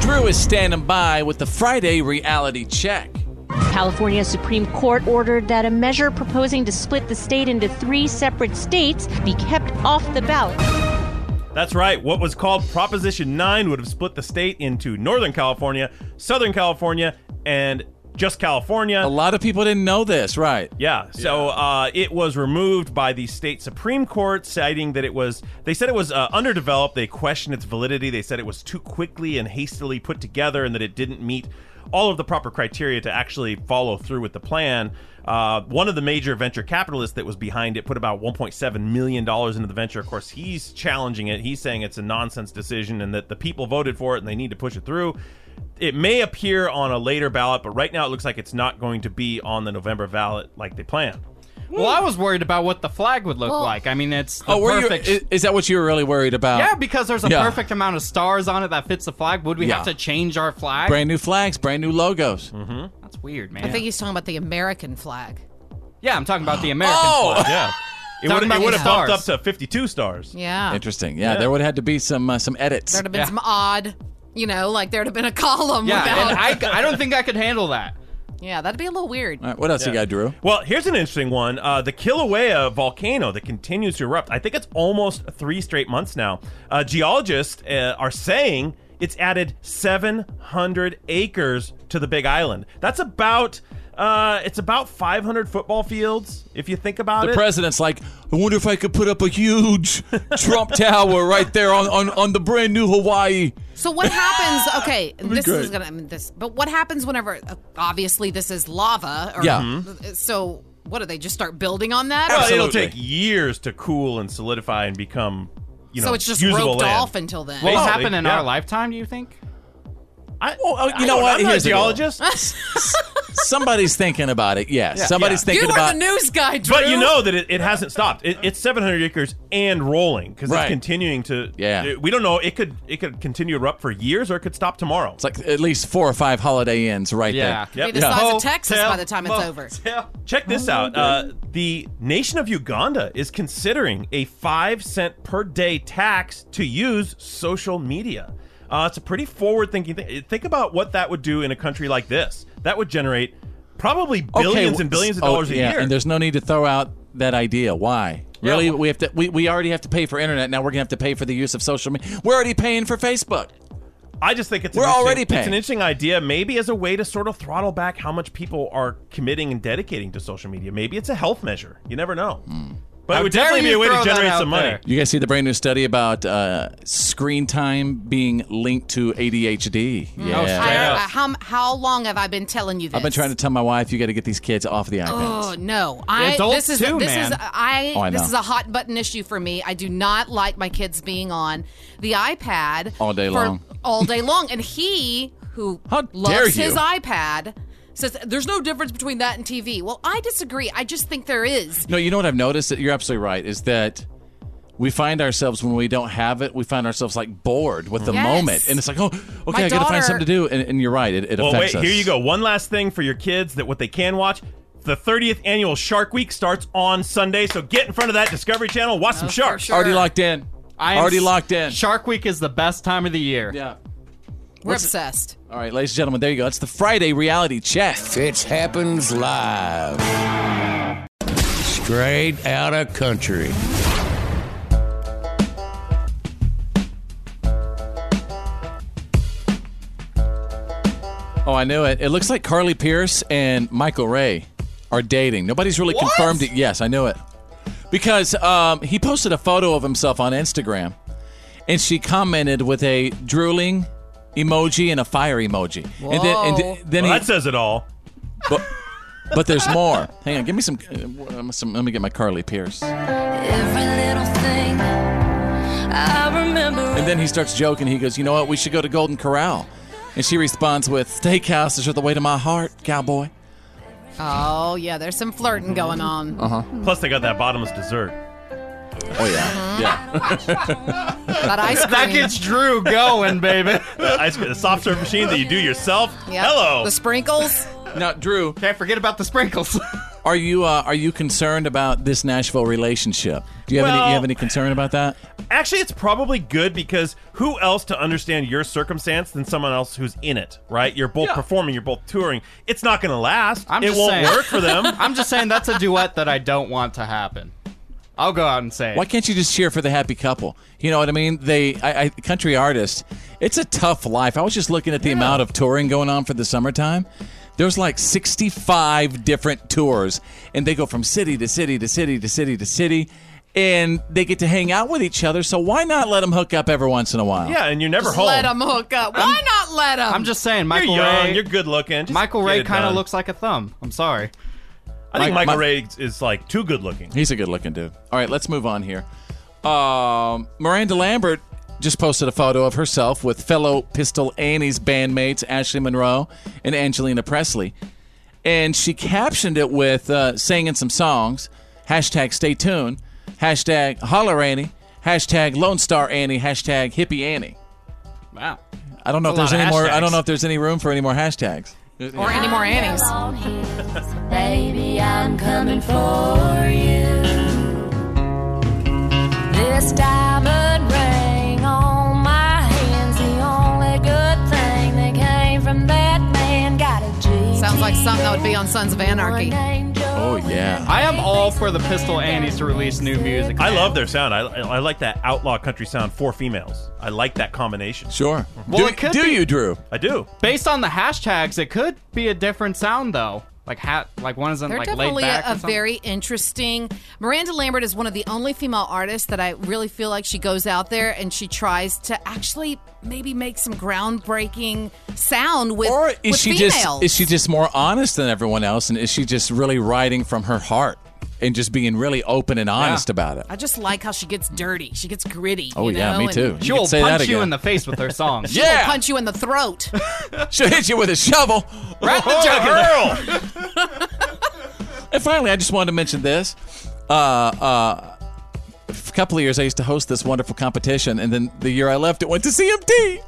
Speaker 9: Drew is standing by with the Friday reality check.
Speaker 7: California Supreme Court ordered that a measure proposing to split the state into three separate states be kept off the ballot.
Speaker 12: That's right. What was called Proposition 9 would have split the state into Northern California, Southern California, and just California. A
Speaker 9: lot of people didn't know this, right?
Speaker 12: Yeah. So Uh, it was removed by the state Supreme Court, citing that it was, they said it was uh, underdeveloped. They questioned its validity. They said it was too quickly and hastily put together and that it didn't meet all of the proper criteria to actually follow through with the plan. Uh, one of the major venture capitalists that was behind it put about 1.7 million dollars into the venture. Of course, he's challenging it. He's saying it's a nonsense decision and that the people voted for it and they need to push it through. It may appear on a later ballot, but right now it looks like it's not going to be on the November ballot like they planned.
Speaker 1: Well, I was worried about what the flag would look like. I mean, it's the
Speaker 9: oh, were
Speaker 1: perfect.
Speaker 12: (laughs)
Speaker 9: you? i- Is, that what you were really worried about?
Speaker 1: yeah, because there's a
Speaker 9: Yeah.
Speaker 1: perfect amount of stars on it that fits the flag. Would we
Speaker 9: Yeah.
Speaker 1: have to change our flag?
Speaker 9: brand new flags, brand new logos.
Speaker 12: Mm-hmm.
Speaker 1: That's weird, man.
Speaker 13: I think he's talking about the American flag.
Speaker 1: yeah, I'm talking about the American
Speaker 9: Oh!
Speaker 1: flag. (laughs)
Speaker 12: Yeah. It
Speaker 1: Talking
Speaker 12: would
Speaker 1: about
Speaker 12: have
Speaker 1: the
Speaker 12: bumped up
Speaker 1: stars.
Speaker 12: to 52 stars.
Speaker 13: Yeah.
Speaker 9: Interesting. Yeah,
Speaker 12: Yeah.
Speaker 9: there would have had to be some uh, some edits.
Speaker 13: uh, There'd have been some odd, you know, like there'd have been a column
Speaker 1: Yeah,
Speaker 13: without.
Speaker 1: and I, (laughs) I don't think I could handle that.
Speaker 13: (laughs) yeah, that'd be a little weird.
Speaker 9: what else you got, Drew?
Speaker 12: Well, here's an interesting one. Uh, the Kilauea volcano that continues to erupt. I think it's almost three straight months now. Uh, geologists uh, are saying it's added 700 acres to the Big Island. That's about uh, it's about 500 football fields if you think about
Speaker 9: The
Speaker 12: it.
Speaker 9: president's like, I wonder if I could put up a huge Trump Tower right there on, on, on the brand new Hawaii.
Speaker 13: So what
Speaker 9: (laughs)
Speaker 13: happens? Okay,
Speaker 9: be
Speaker 13: this is
Speaker 9: great.
Speaker 13: gonna I mean, this, but what happens whenever? uh, Obviously, this is lava. Or, uh,
Speaker 12: Yeah. Mhm.
Speaker 13: So what do they just start building on that?
Speaker 12: Well, it'll take years to cool and solidify and become, you know,
Speaker 13: so it's just
Speaker 12: usable
Speaker 13: roped
Speaker 12: land.
Speaker 13: off until then.
Speaker 12: Basically, yeah.
Speaker 1: lifetime? Do you think?
Speaker 12: I,
Speaker 9: oh, you know
Speaker 12: don't-
Speaker 9: what?
Speaker 12: I'm not a
Speaker 9: Here's the deal.
Speaker 12: geologist.
Speaker 9: Somebody's thinking about it. Yes, somebody's thinking about.
Speaker 13: news guy,
Speaker 12: But you know that it, it hasn't stopped. It, it's 700 acres and rolling because
Speaker 9: Right.
Speaker 12: it's continuing to.
Speaker 9: Yeah.
Speaker 12: it- we don't know. It could it could continue to erupt for years, or it could stop tomorrow.
Speaker 9: it's like at least four or five Holiday Inns right
Speaker 12: Yeah.
Speaker 9: there.
Speaker 12: Yep.
Speaker 13: Be the
Speaker 12: Yeah.
Speaker 13: size of Texas
Speaker 12: Motel,
Speaker 13: by the time it's over.
Speaker 12: Check this out. Uh, the nation of Uganda is considering a five cent per day tax to use social media. Uh, it's a pretty forward thinking thing. Think about what that would do in a country like this. That would generate probably billions and billions of
Speaker 9: oh,
Speaker 12: dollars a
Speaker 9: yeah,
Speaker 12: year.
Speaker 9: And there's no need to throw out that idea. Why? Really, we have to. We, we already have to pay for internet. Now we're gonna have to pay for the use of social media. We're already paying for Facebook.
Speaker 12: I just think it's an
Speaker 9: We're
Speaker 12: interesting-
Speaker 9: already
Speaker 12: It's
Speaker 9: paying.
Speaker 12: an interesting idea, maybe as a way to sort of throttle back how much people are committing and dedicating to social media. Maybe it's a health measure. You never know. But
Speaker 9: Hmm. How
Speaker 12: it would
Speaker 9: dare
Speaker 12: definitely be
Speaker 9: you
Speaker 12: a way to
Speaker 9: throw that
Speaker 12: generate
Speaker 9: out
Speaker 12: some money.
Speaker 9: there. You guys see the brand new study about uh, screen time being linked to ADHD.
Speaker 12: Oh,
Speaker 9: Yeah.
Speaker 13: I- I- uh, how, how long have I been telling you this?
Speaker 9: I've been trying to tell my wife, you got to get these kids off the iPad.
Speaker 13: Oh no! I
Speaker 9: Adults
Speaker 13: this is
Speaker 9: too,
Speaker 13: this
Speaker 9: man.
Speaker 13: is I,
Speaker 9: Oh, I
Speaker 13: this
Speaker 9: know.
Speaker 13: is a hot button issue for me. I do not like my kids being on the iPad
Speaker 9: All day
Speaker 13: for-
Speaker 9: long.
Speaker 13: all day long. And he who
Speaker 9: dare
Speaker 13: loves
Speaker 9: you.
Speaker 13: his iPad says there's no difference between that and TV. Well, I disagree. I just think there is.
Speaker 9: No, you know what I've noticed? That you're absolutely right. Is that we find ourselves when we don't have it, we find ourselves like bored with the
Speaker 13: Mm-hmm.
Speaker 12: Yes.
Speaker 9: moment, and it's like, oh, okay,
Speaker 12: My
Speaker 9: I gotta
Speaker 12: daughter-
Speaker 9: find something to do. And, and you're right, it, it
Speaker 12: well,
Speaker 9: affects
Speaker 12: wait.
Speaker 9: us.
Speaker 12: Here you go. One last thing for your kids that what they can watch. The 30th annual Shark Week starts on Sunday, so get in front of that Discovery Channel. Watch some sharks.
Speaker 9: Already locked in.
Speaker 12: I am
Speaker 9: Already
Speaker 12: s-
Speaker 9: locked in.
Speaker 1: Shark Week is the best time of the year.
Speaker 9: Yeah.
Speaker 13: We're obsessed.
Speaker 9: All right, ladies and gentlemen, there you go. That's the Friday reality check. It happens live.
Speaker 22: Straight out of country.
Speaker 9: Oh, I knew it. It looks like Carly Pierce and Michael Ray are dating. Nobody's really confirmed it. Yes, I knew it. Because um, he posted a photo of himself on Instagram and she commented with a drooling emoji and a fire emoji. And then, and
Speaker 12: Whoa.
Speaker 9: th- then
Speaker 12: Well,
Speaker 9: he,
Speaker 12: that says it all.
Speaker 9: But, but there's more. Hang on, give me some, uh, some. Let me get my Carly Pierce.
Speaker 6: Every little thing I remember.
Speaker 9: And then he starts joking. He goes, "You know what? We should go to Golden Corral." And she responds with, "Steakhouses are the way to my heart, cowboy."
Speaker 13: Oh yeah, there's some flirting going on.
Speaker 9: Uh huh.
Speaker 1: Hmm.
Speaker 12: Plus, they got that bottomless dessert.
Speaker 9: Oh
Speaker 12: (laughs)
Speaker 9: yeah,
Speaker 12: yeah.
Speaker 13: That ice cream.
Speaker 1: Uh-huh. That gets Drew going, baby.
Speaker 12: (laughs) the, ice cream, the soft serve machine that you do yourself.
Speaker 13: Yeah.
Speaker 12: Hello.
Speaker 1: (laughs)
Speaker 13: The sprinkles.
Speaker 9: Now, Drew,
Speaker 1: can't forget about the sprinkles.
Speaker 12: (laughs)
Speaker 9: Are you uh, are you concerned about this Nashville relationship? Do you have any
Speaker 12: Well-
Speaker 9: you have any concern about that?
Speaker 12: Actually, it's probably good because who else to understand your circumstance than someone else who's in it, right? You're both performing, you're both touring. It's not going to last.
Speaker 1: I'm
Speaker 12: it
Speaker 1: just
Speaker 12: won't
Speaker 1: saying.
Speaker 12: work for them.
Speaker 1: (laughs) I'm just saying that's a duet that I don't want to happen. I'll go out and say it.
Speaker 9: Why can't you just cheer for the happy couple? You know what I mean? They I, I country artists. It's a tough life. I was just looking at the amount of touring going on for the summertime. There's like 65 different tours, and they go from city to city to city to city to city, and they get to hang out with each other. So why not let them hook up every once in a while?
Speaker 12: Yeah, and you're never
Speaker 13: Just
Speaker 12: home.
Speaker 13: let them hook up. Why not let them?
Speaker 1: I'm just saying,
Speaker 12: You're
Speaker 1: Michael
Speaker 12: young,
Speaker 1: Ray.
Speaker 12: you're good looking. Just
Speaker 1: Michael Ray
Speaker 12: get it
Speaker 1: kind of
Speaker 12: done.
Speaker 1: looks like a thumb. I'm sorry.
Speaker 12: I think
Speaker 9: Mike-
Speaker 12: Michael
Speaker 9: Mi-
Speaker 12: Ray is like too good looking.
Speaker 9: He's a good looking dude. All right, let's move on here. Um, Miranda Lambert just posted a photo of herself with fellow Pistol Annie's bandmates Ashley Monroe and Angelina Presley. And she captioned it with uh, singing some songs hashtag stay tuned, hashtag holler Annie, hashtag Lone Star Annie, hashtag hippie Annie.
Speaker 1: Wow.
Speaker 9: I don't know
Speaker 6: That's a
Speaker 9: if
Speaker 6: lot
Speaker 9: there's any
Speaker 6: of
Speaker 9: more. I
Speaker 6: hashtags.
Speaker 9: don't know if there's any room for any more hashtags.
Speaker 13: Or any more Annies.
Speaker 6: Baby, I'm coming for you. This diamond ring on my hand's the only good thing that came from that man. Got a G.
Speaker 13: Sounds like something that would be on Sons of Anarchy.
Speaker 9: Oh yeah.
Speaker 1: I am all for the Pistol Annies to release new music.
Speaker 12: I love their sound. I, I like that outlaw country sound for females. I like that combination.
Speaker 9: Sure.
Speaker 1: Well, it could be-
Speaker 9: Drew?
Speaker 12: I do.
Speaker 1: Based on the hashtags, it could be a different sound though. Like hat, like one isn't
Speaker 13: They're
Speaker 1: like laid
Speaker 13: definitely
Speaker 1: back.
Speaker 13: a,
Speaker 1: or
Speaker 13: a
Speaker 1: something.
Speaker 13: very interesting. Miranda Lambert is one of the only female artists that I really feel like she goes out there and she tries to actually maybe make some groundbreaking sound with, or
Speaker 9: Is
Speaker 13: with
Speaker 9: she
Speaker 13: females.
Speaker 9: just is she just more honest than everyone else, and is she just really writing from her heart and just being really open and honest about it?
Speaker 13: I just like how she gets dirty. She gets gritty.
Speaker 9: Oh,
Speaker 13: you
Speaker 9: yeah,
Speaker 13: know,
Speaker 9: me
Speaker 13: and-
Speaker 9: too. You She will could say that punch you again. in the
Speaker 1: face with
Speaker 9: (laughs)
Speaker 1: her song.
Speaker 13: She
Speaker 9: Yeah.
Speaker 13: will punch you in the throat.
Speaker 9: (laughs) She'll hit you with a shovel.
Speaker 13: Right in the
Speaker 9: Oh,
Speaker 13: jugular.
Speaker 9: girl. (laughs) and finally, I just wanted to mention this. Uh, uh, a couple of years, I used to host this wonderful competition, and then the year I left, it went to CMT.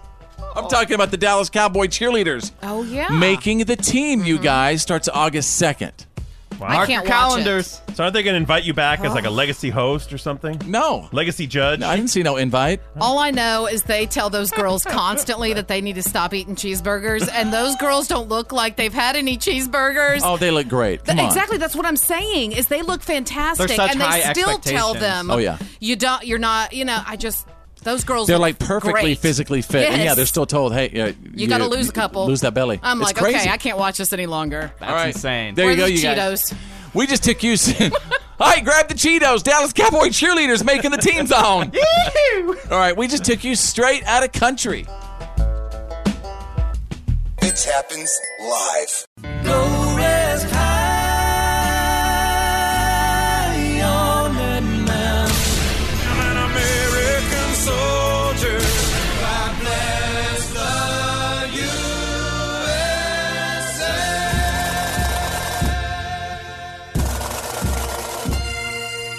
Speaker 9: I'm talking about the Dallas Cowboy cheerleaders.
Speaker 13: Oh yeah. Mm-hmm.
Speaker 9: Making the team, you guys, starts August 2nd.
Speaker 12: I Mark
Speaker 13: can't your watch it. calendars.
Speaker 12: So aren't they going to invite you back as like a legacy host or something?
Speaker 9: Oh. No.
Speaker 12: Legacy judge?
Speaker 9: I didn't see no invite.
Speaker 13: All I know is they tell those girls constantly that they need to stop eating cheeseburgers, and those girls don't look like they've had any cheeseburgers.
Speaker 9: Oh, they look great. Come on.
Speaker 13: exactly, that's what I'm saying. Is they look fantastic,
Speaker 9: They're such
Speaker 13: and they
Speaker 9: high
Speaker 13: still tell
Speaker 9: expectations.
Speaker 13: them,
Speaker 9: Oh, yeah.
Speaker 13: you don't, you're not, you know." I just those girls.
Speaker 9: They're
Speaker 13: look
Speaker 9: like perfectly
Speaker 13: great.
Speaker 9: physically fit. And yeah,
Speaker 13: Yes.
Speaker 9: they're still told, hey, uh,
Speaker 13: You got to lose a couple.
Speaker 9: Lose that belly.
Speaker 13: I'm
Speaker 9: It's
Speaker 13: like,
Speaker 9: crazy.
Speaker 13: okay, I can't watch this any longer.
Speaker 9: All right. insane. There
Speaker 13: Where
Speaker 9: you go,
Speaker 13: are the
Speaker 9: you
Speaker 13: Cheetos.
Speaker 9: guys. We just took you. (laughs) All right, grab the Cheetos. Dallas Cowboy cheerleaders making the
Speaker 13: (laughs)
Speaker 9: team zone. All right, we just took you straight out of country.
Speaker 10: It happens live.
Speaker 6: Go rest high on that mountain. I'm an American soldier. I bless the USA.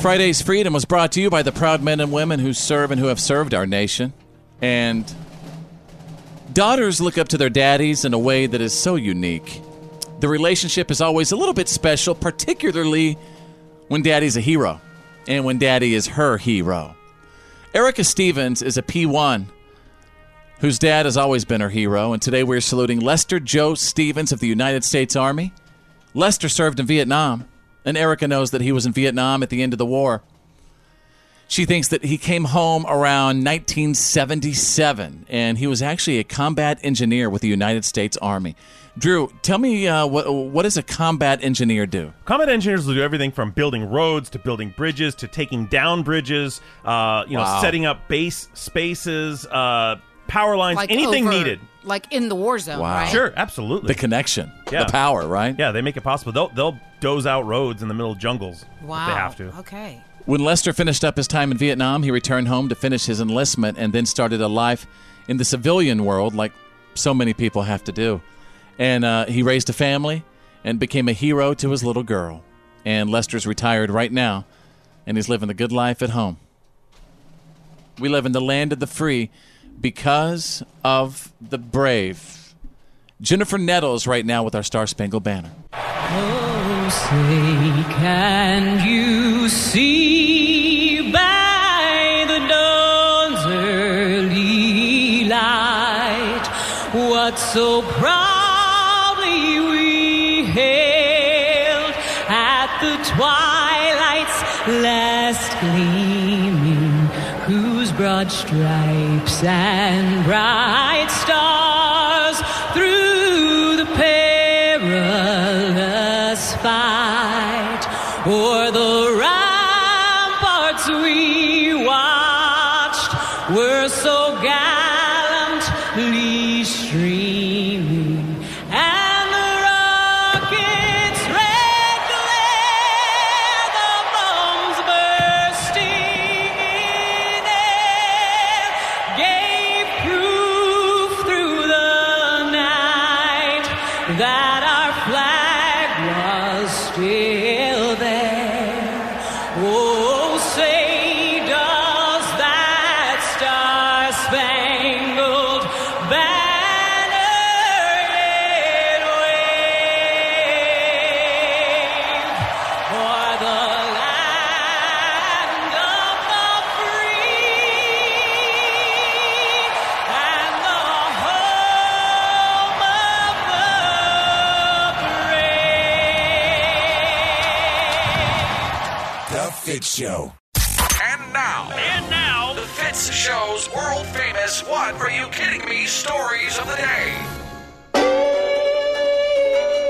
Speaker 9: Friday's Freedom was brought to you by the proud men and women who serve and who have served our nation. And daughters look up to their daddies in a way that is so unique. The relationship is always a little bit special, particularly when daddy's a hero and when daddy is her hero. Erica Stevens is a P1 whose dad has always been her hero, and today we're saluting Lester Joe Stevens of the United States Army. Lester served in Vietnam, and Erica knows that he was in Vietnam at the end of the war. She thinks that he came home around 1977, and he was actually a combat engineer with the United States Army. Drew, tell me uh, what what does a combat engineer do?
Speaker 12: Combat engineers will do everything from building roads to building bridges to taking down bridges. Uh, you know,
Speaker 9: Wow.
Speaker 12: setting up base spaces, uh, power lines,
Speaker 13: Like
Speaker 12: anything
Speaker 13: over-
Speaker 12: needed.
Speaker 13: Like in the war zone, right?
Speaker 12: Sure, absolutely.
Speaker 9: The connection,
Speaker 12: Yeah.
Speaker 9: the power, right?
Speaker 12: Yeah, they make it possible. They'll they'll doze out roads in the middle of jungles. If they have to.
Speaker 13: Okay.
Speaker 9: (laughs) When Lester finished up his time in Vietnam, he returned home to finish his enlistment and then started a life in the civilian world, like so many people have to do. And uh, he raised a family and became a hero to his little girl. And Lester's retired right now, and he's living the good life at home. We live in the land of the free because of the brave. Jennifer Nettles, right now, with our Star Spangled Banner.
Speaker 6: Oh, say, can you see by the dawn's early light what so proudly we hailed at the twilight's last gleaming, whose broad stripes and bright stars through the perilous fight o'er the ramparts we watched were so gallantly streaming and the rockets red glare the bombs bursting in air gave proof through the night that our flag was still there. Oh, say does that star-spangled banner yet wave o'er the land of the free and the home of
Speaker 10: The Fit Show.
Speaker 24: And now, and now, the Fitz Show's world famous What Are You Kidding Me stories of the
Speaker 6: (laughs)
Speaker 24: day.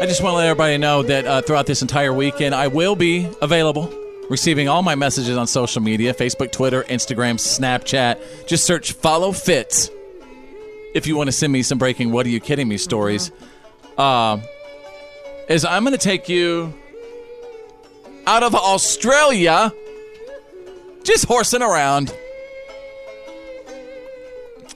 Speaker 9: I just want to let everybody know that uh, throughout this entire weekend, I will be available, receiving all my messages on social media Facebook, Twitter, Instagram, Snapchat. Just search Follow Fits if you want to send me some breaking What Are You Kidding Me stories. Um, is I'm going to take you out of Australia just horsing around.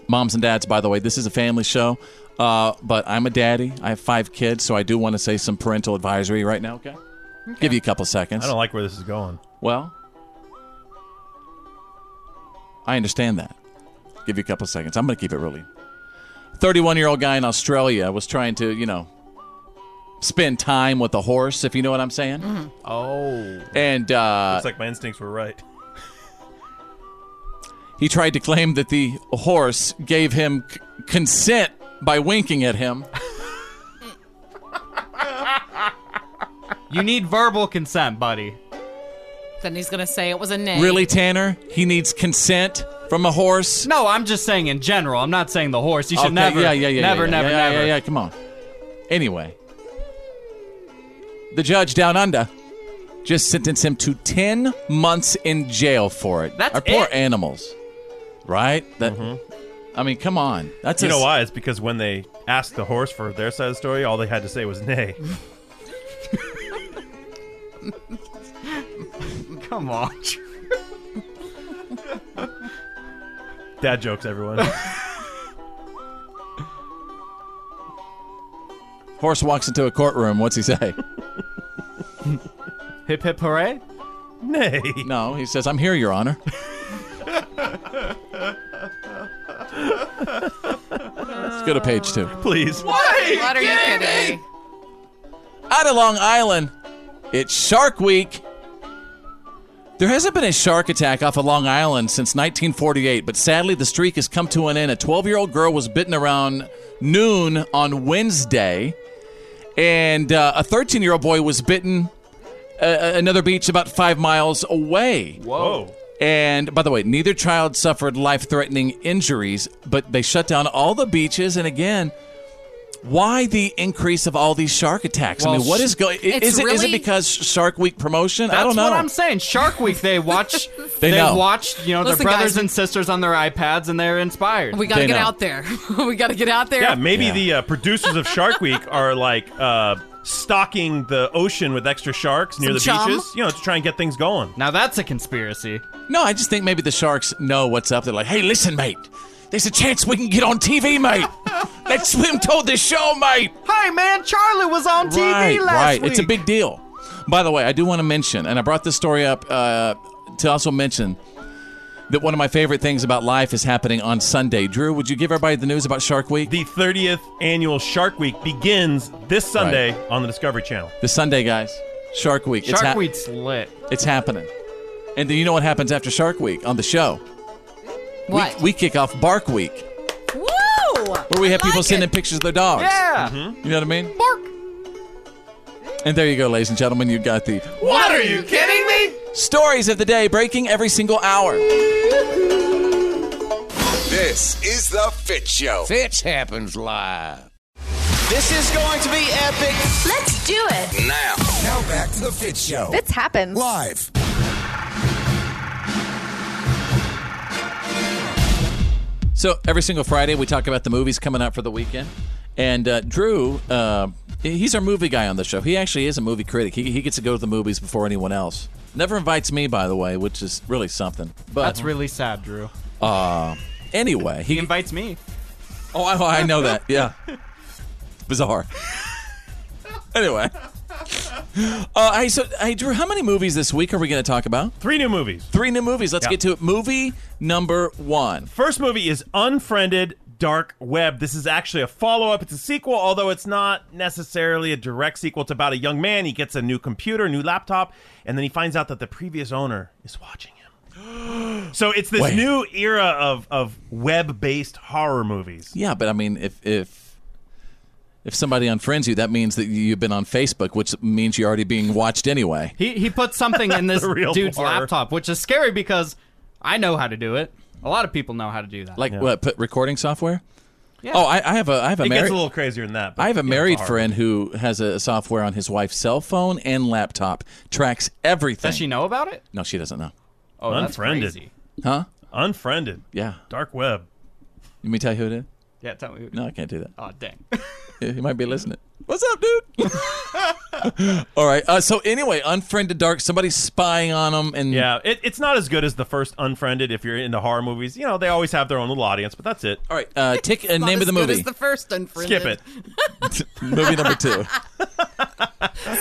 Speaker 9: Moms and dads, by the way, this is a family show, uh, but I'm a daddy. I have five kids, so I do want to say some parental advisory right now, okay? Give you a couple seconds.
Speaker 12: I don't like where this is going.
Speaker 9: Well, I understand that. Give you a couple seconds. I'm going to keep it really. 31 year old guy in Australia was trying to, you know, spend time with a horse, if you know what I'm saying.
Speaker 12: Oh.
Speaker 9: And uh,
Speaker 12: Looks like my instincts were right.
Speaker 9: He tried to claim that the horse gave him c- consent by winking at him.
Speaker 1: You need verbal consent, buddy.
Speaker 13: Then he's gonna say it was a name.
Speaker 9: Really, Tanner? He needs consent from a horse?
Speaker 1: No, I'm just saying in general. I'm not saying the horse. You should
Speaker 9: Okay,
Speaker 1: never,
Speaker 9: yeah, yeah, yeah,
Speaker 1: never,
Speaker 9: yeah, yeah,
Speaker 1: never,
Speaker 9: yeah, yeah,
Speaker 1: never.
Speaker 9: yeah, yeah, Come on. Anyway, the judge down under just sentenced him to 10 months in jail for it.
Speaker 12: That's
Speaker 9: Our poor
Speaker 12: it? Mm-hmm.
Speaker 9: animals. Right? That, I mean, come on. That's
Speaker 12: you
Speaker 9: a
Speaker 12: know
Speaker 9: s-
Speaker 12: why? It's because when they asked the horse for their side of the story, all they had to say was nay.
Speaker 1: Come on.
Speaker 12: Dad jokes, everyone.
Speaker 9: Horse walks into a courtroom. What's he say? (laughs)
Speaker 1: hip hip hooray?
Speaker 12: Nay.
Speaker 9: No, he says, I'm here, Your Honor. Let's go to page two.
Speaker 12: Please.
Speaker 11: Why?
Speaker 13: What are you kidding?
Speaker 9: Out of Long Island, it's Shark Week. There hasn't been a shark attack off of Long Island since 1948, but sadly the streak has come to an end. A 12 year old girl was bitten around noon on Wednesday, and uh, a 13 year old boy was bitten uh, another beach about five miles away.
Speaker 12: Whoa.
Speaker 9: And by the way, neither child suffered life threatening injuries, but they shut down all the beaches. And again, why the increase of all these shark attacks? I
Speaker 1: Well,
Speaker 9: mean, what
Speaker 1: sh-
Speaker 9: is going?
Speaker 1: It's
Speaker 9: Is, it is
Speaker 1: really-
Speaker 9: it because Shark Week promotion?
Speaker 1: That's
Speaker 9: I don't know.
Speaker 1: what I'm saying. Shark Week, they watch.
Speaker 9: (laughs) They
Speaker 1: they
Speaker 9: know.
Speaker 1: watch. You know,
Speaker 13: Listen,
Speaker 1: their
Speaker 13: guys,
Speaker 1: brothers
Speaker 13: we-
Speaker 1: and sisters on their iPads, and they're inspired.
Speaker 13: We gotta get out there. (laughs) we gotta get out there.
Speaker 12: Yeah, maybe the uh, producers of Shark Week are like uh, stocking the ocean with extra sharks near
Speaker 13: Some
Speaker 12: the
Speaker 13: chum.
Speaker 12: beaches, you know, to try and get things going.
Speaker 1: Now that's a conspiracy.
Speaker 9: No, I just think maybe the sharks know what's up. They're like, hey, listen, mate. There's a chance we can get on
Speaker 1: (laughs)
Speaker 9: TV, mate. Let's swim toward the show, mate.
Speaker 1: Hey, man, Charlie was on TV
Speaker 9: right,
Speaker 1: last
Speaker 9: right.
Speaker 1: week.
Speaker 9: It's a big deal. By the way, I do want to mention, and I brought this story up uh, to also mention that one of my favorite things about life is happening on Sunday. Drew, would you give everybody the news about Shark Week?
Speaker 12: The 30th annual Shark Week begins this Sunday on the Discovery Channel.
Speaker 9: This Sunday, guys. Shark Week.
Speaker 12: Shark
Speaker 1: Week's lit.
Speaker 9: It's happening. And then you know what happens after Shark Week on the show?
Speaker 13: What?
Speaker 9: We, we kick off Bark Week,
Speaker 13: Woo!
Speaker 9: where we have people sending pictures of their dogs. Mm-hmm.
Speaker 13: Yeah.
Speaker 9: You know what I mean? Bark. And there you go, ladies and gentlemen. You got the
Speaker 11: What are you kidding me?
Speaker 9: stories of the day breaking every single hour.
Speaker 14: This is the Fit Show.
Speaker 22: Fitch happens live.
Speaker 4: This is going to be epic.
Speaker 16: Let's do it.
Speaker 14: Now. Now back to the Fit Show.
Speaker 16: This happens.
Speaker 14: Live.
Speaker 9: So every single Friday, we talk about the movies coming out for the weekend. And uh, Drew, uh, he's our movie guy on the show. He actually is a movie critic. He, he gets to go to the movies before anyone else. Never invites me, by the way, which is really something. But
Speaker 1: That's really sad, Drew.
Speaker 9: Uh, anyway, he,
Speaker 1: invites me.
Speaker 9: Oh, I, I know that. Yeah, bizarre. anyway, uh, hey, so hey, Drew, how many movies this week are we going to talk about?
Speaker 12: Three new movies.
Speaker 9: Three new movies. Let's
Speaker 12: Yeah.
Speaker 9: get to it. Movie number one.
Speaker 12: First movie is Unfriended Dark Web. This is actually a follow up. It's a sequel, although it's not necessarily a direct sequel. It's about a young man. He gets a new computer, new laptop, and then he finds out that the previous owner is watching (gasps) him. So it's this
Speaker 9: Wait.
Speaker 12: new era of, of web based horror movies.
Speaker 9: Yeah, but I mean, if if if somebody unfriends you, that means that you've been on Facebook, which means you're already being watched anyway.
Speaker 1: He he put something
Speaker 9: (laughs)
Speaker 1: in this
Speaker 9: The real
Speaker 1: dude's
Speaker 9: horror.
Speaker 1: laptop, which is scary because I know how to do it. A lot of people know how to do that.
Speaker 9: Like what? Put recording software.
Speaker 1: Yeah.
Speaker 9: Oh, I, I have a I have a
Speaker 12: It
Speaker 9: married
Speaker 12: gets a little crazier than that. but,
Speaker 9: I have a
Speaker 12: you know,
Speaker 9: married
Speaker 12: it's horror.
Speaker 9: friend who has a software on his wife's cell phone and laptop, tracks everything.
Speaker 1: Does she know about it?
Speaker 9: No, she doesn't know.
Speaker 1: Oh, that's
Speaker 12: Unfriended.
Speaker 1: crazy.
Speaker 9: Huh?
Speaker 12: Unfriended.
Speaker 9: Yeah.
Speaker 12: Dark web.
Speaker 9: You mean tell you who it is?
Speaker 1: Yeah, tell me. Who
Speaker 9: No, I can't do that.
Speaker 1: Oh, dang.
Speaker 9: (laughs) Yeah, He might be listening. What's up,
Speaker 1: (laughs)
Speaker 9: dude? (laughs) All right. Uh, so anyway, unfriended dark. Somebody's spying on him, and
Speaker 12: Yeah, it, it's not as good as the first Unfriended if you're into horror movies. You know, they always have their own little audience, but that's it.
Speaker 9: All right,
Speaker 13: (laughs)
Speaker 9: uh, take a
Speaker 13: Not
Speaker 9: name of
Speaker 13: as
Speaker 9: the
Speaker 13: good
Speaker 9: movie.
Speaker 13: as the first unfriended.
Speaker 12: Skip it.
Speaker 9: (laughs) movie number two.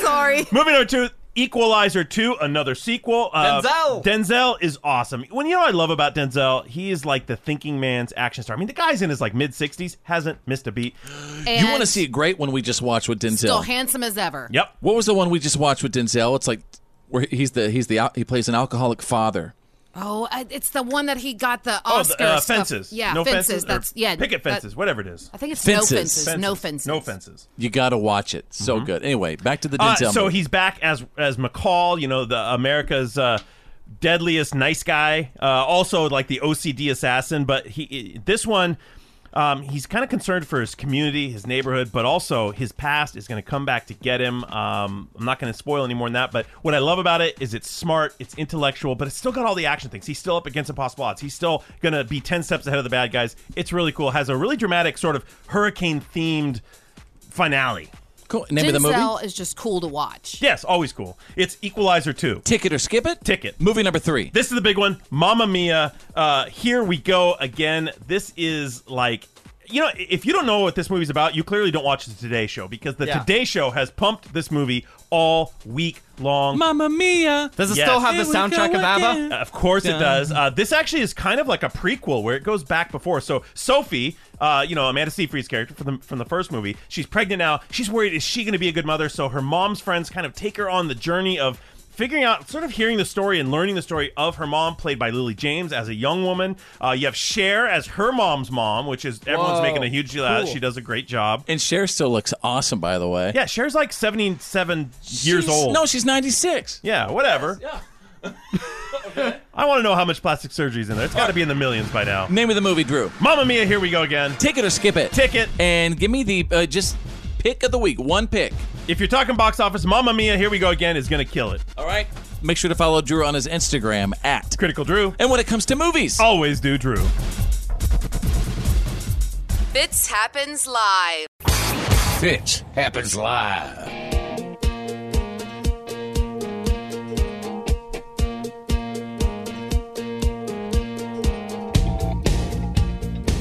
Speaker 13: Sorry.
Speaker 12: Movie number two. Equalizer 2, another sequel. Uh,
Speaker 1: Denzel!
Speaker 12: Denzel is awesome. When you know what I love about Denzel, he is like the thinking man's action star. I mean, the guy's in his like mid 60s, hasn't missed a beat.
Speaker 13: And
Speaker 9: you want to see a great one we just watched with
Speaker 13: (laughs)
Speaker 9: Denzel?
Speaker 13: Still handsome as ever.
Speaker 12: Yep.
Speaker 9: What was the one we just watched with Denzel? It's like where he's the he's the al- he plays an alcoholic father.
Speaker 13: Oh, I- it's the one that he got the
Speaker 12: Oh,
Speaker 13: Oscar
Speaker 12: the, uh,
Speaker 13: stuff.
Speaker 12: fences.
Speaker 13: Yeah,
Speaker 12: no
Speaker 13: fences.
Speaker 12: fences. or
Speaker 13: That's yeah.
Speaker 12: Picket
Speaker 13: that-
Speaker 12: fences, whatever it is.
Speaker 13: I think it's
Speaker 9: Fences.
Speaker 13: no fences. No
Speaker 12: Fences.
Speaker 13: fences.
Speaker 12: No fences.
Speaker 9: You got to watch it. So good. Anyway, back to the
Speaker 12: Uh,
Speaker 9: Denzel.
Speaker 12: so
Speaker 9: movie.
Speaker 12: he's back as as McCall, you know, the America's uh, deadliest nice guy. Uh, also like the OCD assassin, but he this one. Um, he's kind of concerned for his community, his neighborhood, but also his past is going to come back to get him. Um, I'm not going to spoil any more than that, but what I love about it is it's smart, it's intellectual, but it's still got all the action things. He's still up against impossible odds. He's still going to be 10 steps ahead of the bad guys. It's really cool. It has a really dramatic, sort of hurricane themed finale.
Speaker 9: Cool.
Speaker 13: Denzel is just cool to watch.
Speaker 12: Yes, always cool. It's Equalizer 2.
Speaker 9: Ticket or skip it?
Speaker 12: Ticket.
Speaker 9: Movie number three.
Speaker 12: This is the big one. Mamma Mia. Uh, here we go again. This is like. You know, if you don't know what this movie's about, you clearly don't watch the Today Show because the
Speaker 1: Yeah.
Speaker 12: Today Show has pumped this movie all week long.
Speaker 9: Mamma Mia.
Speaker 1: Does it still have the soundtrack of ABBA?
Speaker 12: Of course it
Speaker 1: Dun.
Speaker 12: does. Uh, this actually is kind of like a prequel where it goes back before. So Sophie, uh, you know Amanda Seyfried's character from the from the first movie, she's pregnant now. She's worried is she going to be a good mother? So her mom's friends kind of take her on the journey of figuring out, sort of hearing the story and learning the story of her mom, played by Lily James as a young woman. Uh, you have Cher as her mom's mom, which is everyone's
Speaker 9: Whoa.
Speaker 12: making a huge deal out. of it.
Speaker 9: Cool.
Speaker 12: She does a great job.
Speaker 9: And Cher still looks awesome, by the way.
Speaker 12: Yeah, Cher's like seventy seven years
Speaker 9: She's-
Speaker 12: old.
Speaker 9: No, she's 96.
Speaker 12: Yeah, whatever. (laughs) I want to know how much plastic surgery's in there. It's got to be in the millions by now.
Speaker 9: Name of the movie, Drew.
Speaker 12: Mamma Mia, here we go again.
Speaker 9: Ticket or skip it?
Speaker 12: Ticket.
Speaker 9: And give me the uh, just pick of the week, one pick.
Speaker 12: If you're talking box office, Mamma Mia, here we go again, is going to kill it.
Speaker 9: All right. Make sure to follow Drew on his Instagram at
Speaker 12: Critical Drew.
Speaker 9: And when it comes to movies,
Speaker 12: always do Drew.
Speaker 13: Fitz happens live.
Speaker 22: Fitch happens live.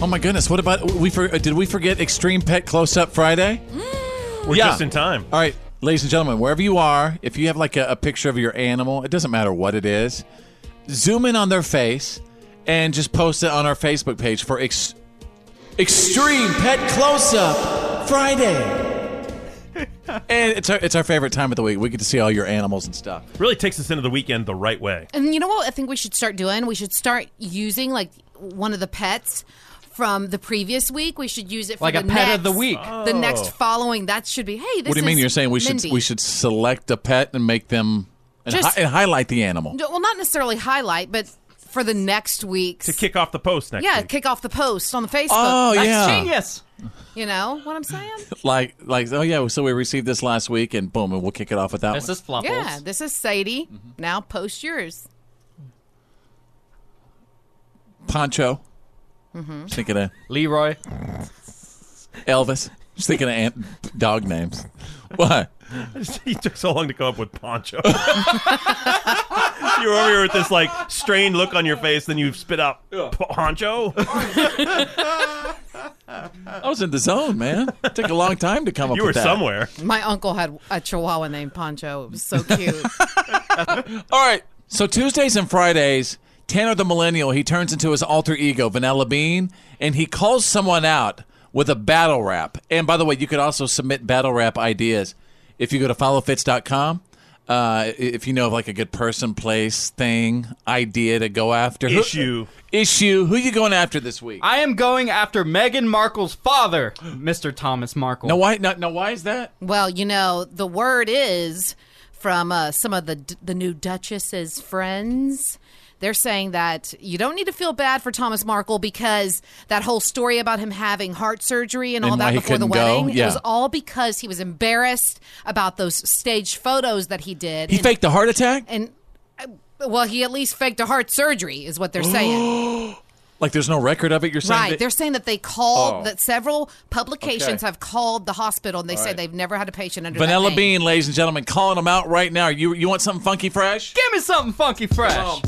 Speaker 9: Oh my goodness! What about we? For, did we forget Extreme Pet Close Up Friday?
Speaker 12: We're just in time.
Speaker 9: Mm. All right, ladies and gentlemen, wherever you are, if you have like a, a picture of your animal, it doesn't matter what it is, zoom in on their face and just post it on our Facebook page for ex- Extreme Pet Close Up Friday. and it's our it's our favorite time of the week. We get to see all your animals and stuff.
Speaker 12: Really takes us into the weekend the right way.
Speaker 13: And you know what I think we should start doing? We should start using like one of the pets from the previous week. We should use it for
Speaker 9: Like
Speaker 13: the
Speaker 9: a pet
Speaker 13: next,
Speaker 9: of the week.
Speaker 13: The
Speaker 9: Oh.
Speaker 13: next following that should be. Hey, this
Speaker 9: what do you mean?
Speaker 13: is
Speaker 9: You're saying we
Speaker 13: Mindy.
Speaker 9: should we should select a pet and make them and,
Speaker 13: Just-
Speaker 9: hi- and highlight the animal.
Speaker 13: No, well, not necessarily highlight, but for the next week's.
Speaker 12: To kick off the post next
Speaker 13: yeah,
Speaker 12: week.
Speaker 13: kick off the post on the Facebook.
Speaker 9: Oh, That's yeah.
Speaker 1: genius.
Speaker 13: You know what I'm saying?
Speaker 9: like like oh yeah so we received this last week and boom and we'll kick it off with that one.
Speaker 13: Yeah, this is Sadie.
Speaker 9: Mm-hmm.
Speaker 13: Now post yours.
Speaker 9: poncho
Speaker 13: Mm-hmm.
Speaker 9: just thinking of
Speaker 1: leroy
Speaker 9: elvis just thinking of ant- dog names what
Speaker 12: (laughs) he took so long to come up with Poncho. (laughs) You're over here with this like strained look on your face, then you spit out Poncho.
Speaker 9: i was in the zone man it took a long time to come up
Speaker 12: You
Speaker 9: with
Speaker 12: were
Speaker 9: that.
Speaker 12: somewhere.
Speaker 13: My uncle had a chihuahua named Poncho. It was so (laughs) cute.
Speaker 9: all right so tuesdays and fridays tanner the millennial he turns into his alter ego vanilla bean and he calls someone out with a battle rap and by the way you could also submit battle rap ideas if you go to followfits.com uh, if you know of like a good person, place, thing, idea to go after, Who-
Speaker 12: Issue.
Speaker 9: issue, who you going after this week?
Speaker 1: I am going after Meghan Markle's father, (gasps) Mr. Thomas Markle.
Speaker 9: No, why? No, no, why is that?
Speaker 13: Well, you know, the word is from uh, some of the the new Duchess's friends. They're saying that you don't need to feel bad for Thomas Markle because that whole story about him having heart surgery and, all
Speaker 9: And why
Speaker 13: that
Speaker 9: he
Speaker 13: before the
Speaker 9: couldn't go?
Speaker 13: wedding, it
Speaker 9: Yeah.
Speaker 13: was all because he was embarrassed about those stage photos that he did.
Speaker 9: He
Speaker 13: And-
Speaker 9: faked a heart attack.
Speaker 13: and uh, well, he at least faked a heart surgery, is what they're
Speaker 9: (gasps)
Speaker 13: saying. (gasps)
Speaker 9: Like there's no record of it. You're saying
Speaker 13: right?
Speaker 9: that-
Speaker 13: they're saying that they called
Speaker 9: Oh.
Speaker 13: that several publications
Speaker 9: Okay.
Speaker 13: have called the hospital and they
Speaker 9: All
Speaker 13: say
Speaker 9: right.
Speaker 13: they've never had a patient under that
Speaker 9: Vanilla
Speaker 13: name.
Speaker 9: Bean, ladies and gentlemen, calling them out right now. You you want something funky fresh?
Speaker 1: Give me something funky fresh.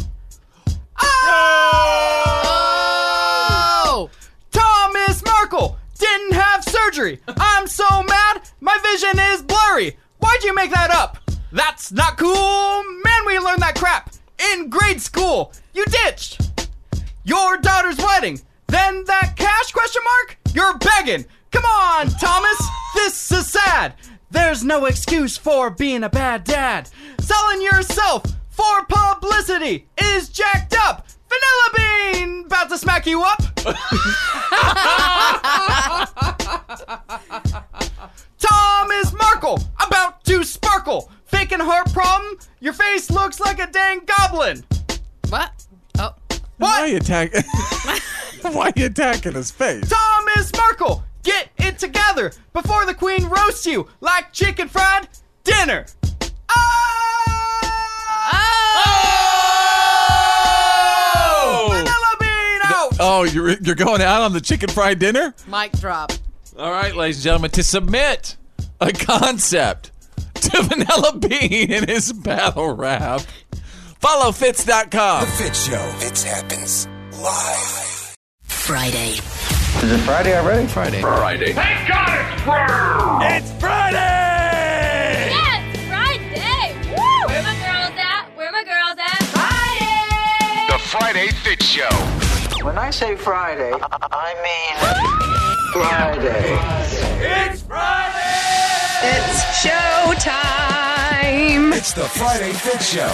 Speaker 13: Oh!
Speaker 1: Thomas Markle didn't have surgery. I'm so mad. My vision is blurry. Why'd you make that up? That's not cool. Man, we learned that crap in grade school. You ditched your daughter's wedding. Then that cash question mark? You're begging. Come on, Thomas. This is sad. There's no excuse for being a bad dad. Selling yourself for publicity is jacked up. Vanilla Bean about to smack you up. (laughs) Thomas Markle about to sparkle. Faking heart problem? Your face looks like a dang goblin.
Speaker 13: What? Oh.
Speaker 1: What?
Speaker 9: Why attack? (laughs) Why are you attacking his face?
Speaker 1: Thomas Merkel, get it together before the queen roasts you like chicken fried dinner.
Speaker 9: Oh, you're you're going out on the chicken fried dinner?
Speaker 13: Mic drop.
Speaker 9: All right, ladies and gentlemen, to submit a concept to (laughs) Vanilla Bean in his battle rap, follow Fitz.com. The Fitz Show. Fitz happens live.
Speaker 6: Friday. Is it Friday already? Friday. Friday. Thank God it's Friday! It's Friday!
Speaker 20: Yes, Friday. Woo! Where my girls at? Where my girls at?
Speaker 6: The Friday Fit Show. When I say Friday, I mean Friday. It's Friday! It's showtime!
Speaker 10: It's the Friday Fit Show.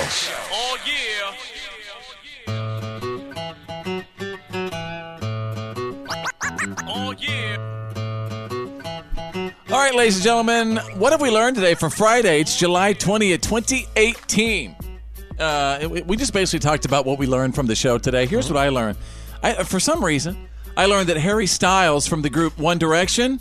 Speaker 9: All right, ladies and gentlemen, what have we learned today for Friday? It's July 20th, 2018. Uh, it- we just basically talked about what we learned from the show today. Here's what I learned. I, uh, for some reason, I learned that Harry Styles from the group One Direction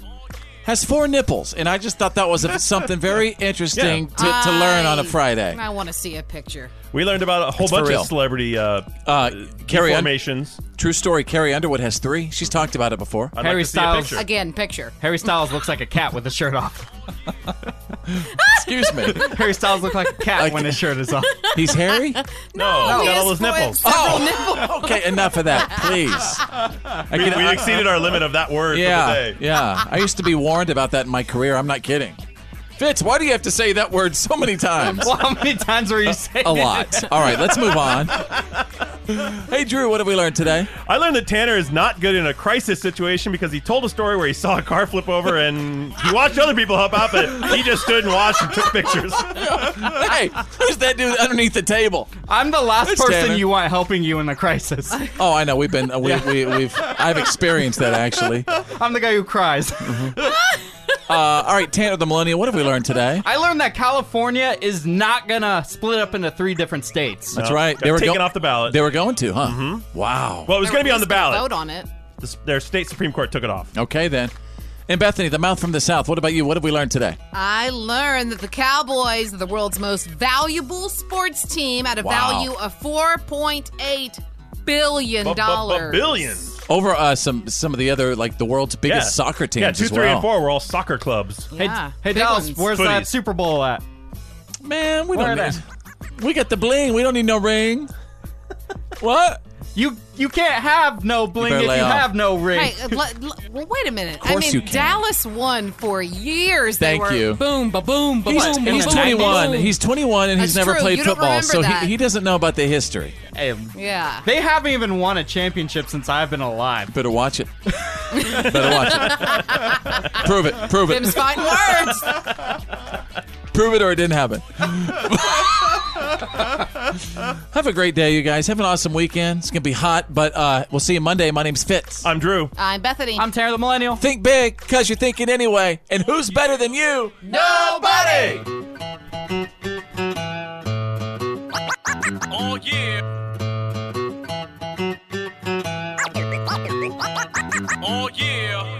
Speaker 9: has four nipples, and I just thought
Speaker 12: (laughs)
Speaker 9: that was a- something very interesting to, to learn on a
Speaker 13: I-
Speaker 9: Friday.
Speaker 13: I want to see a picture.
Speaker 12: We learned about a whole
Speaker 9: It's for
Speaker 12: bunch
Speaker 9: real.
Speaker 12: of celebrity uh,
Speaker 9: uh, Carrie Un-
Speaker 12: formations.
Speaker 9: True story. Carrie Underwood has three. She's talked about it before.
Speaker 1: I'd like Harry to see a Styles. picture.
Speaker 13: Again, picture.
Speaker 1: Harry Styles looks like a cat with his shirt off.
Speaker 9: (laughs) Excuse me.
Speaker 1: Harry Styles looks like a cat when his shirt is off.
Speaker 9: He's hairy?
Speaker 1: (laughs) No,
Speaker 12: he's got all those nipples.
Speaker 9: Oh, okay. Enough of that,
Speaker 6: (laughs)
Speaker 9: please. I
Speaker 12: We,
Speaker 9: get-
Speaker 12: we exceeded our limit of that word for the
Speaker 9: Yeah,
Speaker 12: day.
Speaker 9: yeah. I used to be warned about that in my career. I'm not kidding. Fitz, why do you have to say that word so many times?
Speaker 1: Well, (laughs) how many times were you saying
Speaker 9: A
Speaker 1: it?
Speaker 9: lot. All right, let's move on. Hey, Drew, what have we learned today?
Speaker 12: I learned that Tanner is not good in a crisis situation because he told a story where he saw a car flip over and he watched other people help out, but he just stood and watched and took pictures.
Speaker 9: (laughs) hey, who's that dude underneath the table?
Speaker 1: I'm the last
Speaker 9: It's
Speaker 1: person
Speaker 9: Tanner.
Speaker 1: you want helping you in a crisis.
Speaker 9: Oh, I know. We've been uh, we, we we've I've experienced that actually. Mm-hmm.
Speaker 1: I'm the
Speaker 13: (laughs)
Speaker 1: guy who cries.
Speaker 9: Uh, all right, Tanner the Millennial, what have we learned today?
Speaker 1: I learned that California is not gonna split up into three different states.
Speaker 9: That's right.
Speaker 12: got taken off the ballot. Mm-hmm.
Speaker 9: They were going to, huh? Wow.
Speaker 12: Well, it was going to be on the ballot.
Speaker 13: Vote on it.
Speaker 12: The- Their state Supreme Court took it off.
Speaker 9: Okay then. And Bethany, the mouth from the south. What about you? What have we learned today?
Speaker 13: I learned that the Cowboys are the world's most valuable sports team at a
Speaker 9: Wow.
Speaker 13: value of four point eight billion dollars.
Speaker 9: over uh, some some of the other like the world's biggest
Speaker 12: Yeah.
Speaker 9: soccer teams
Speaker 12: Yeah, two,
Speaker 9: as
Speaker 12: three,
Speaker 9: well.
Speaker 12: and four were all soccer clubs.
Speaker 13: Yeah,
Speaker 1: Hey
Speaker 13: big
Speaker 1: Dallas,
Speaker 13: ones.
Speaker 1: where's that Super Bowl at?
Speaker 9: Man, we
Speaker 1: Where
Speaker 9: don't
Speaker 1: are
Speaker 9: need. We got the bling. We don't need no ring. what?
Speaker 1: You you can't have no bling
Speaker 9: better
Speaker 1: if you
Speaker 9: lay off.
Speaker 1: have no ring.
Speaker 13: Hey, uh, le- le- well, wait a minute. I
Speaker 1: course
Speaker 13: mean,
Speaker 1: you can.
Speaker 13: Dallas won for years.
Speaker 9: Thank
Speaker 13: they were
Speaker 9: you.
Speaker 13: Boom, ba boom, ba
Speaker 9: He's,
Speaker 13: boom.
Speaker 9: and he's 21. He's 21 and he's
Speaker 13: That's
Speaker 9: never
Speaker 13: true.
Speaker 9: played
Speaker 13: You don't
Speaker 9: football,
Speaker 13: remember
Speaker 9: so
Speaker 13: that.
Speaker 9: he, he doesn't know about the history.
Speaker 1: Hey,
Speaker 13: Yeah.
Speaker 1: they haven't even won a championship since I've been alive.
Speaker 9: Better watch it. Better watch it. Prove it. Prove it.
Speaker 13: Tim's fighting words.
Speaker 9: (laughs) Prove it or it didn't happen. (laughs) Have a great day, you guys. Have an awesome weekend. It's gonna be hot, but uh, we'll see you Monday. My name's Fitz.
Speaker 12: I'm Drew.
Speaker 13: I'm Bethany.
Speaker 1: I'm Tara the Millennial.
Speaker 9: Think big, cause you're thinking anyway. And who's better than you?
Speaker 11: Nobody! Oh, yeah. Oh, yeah.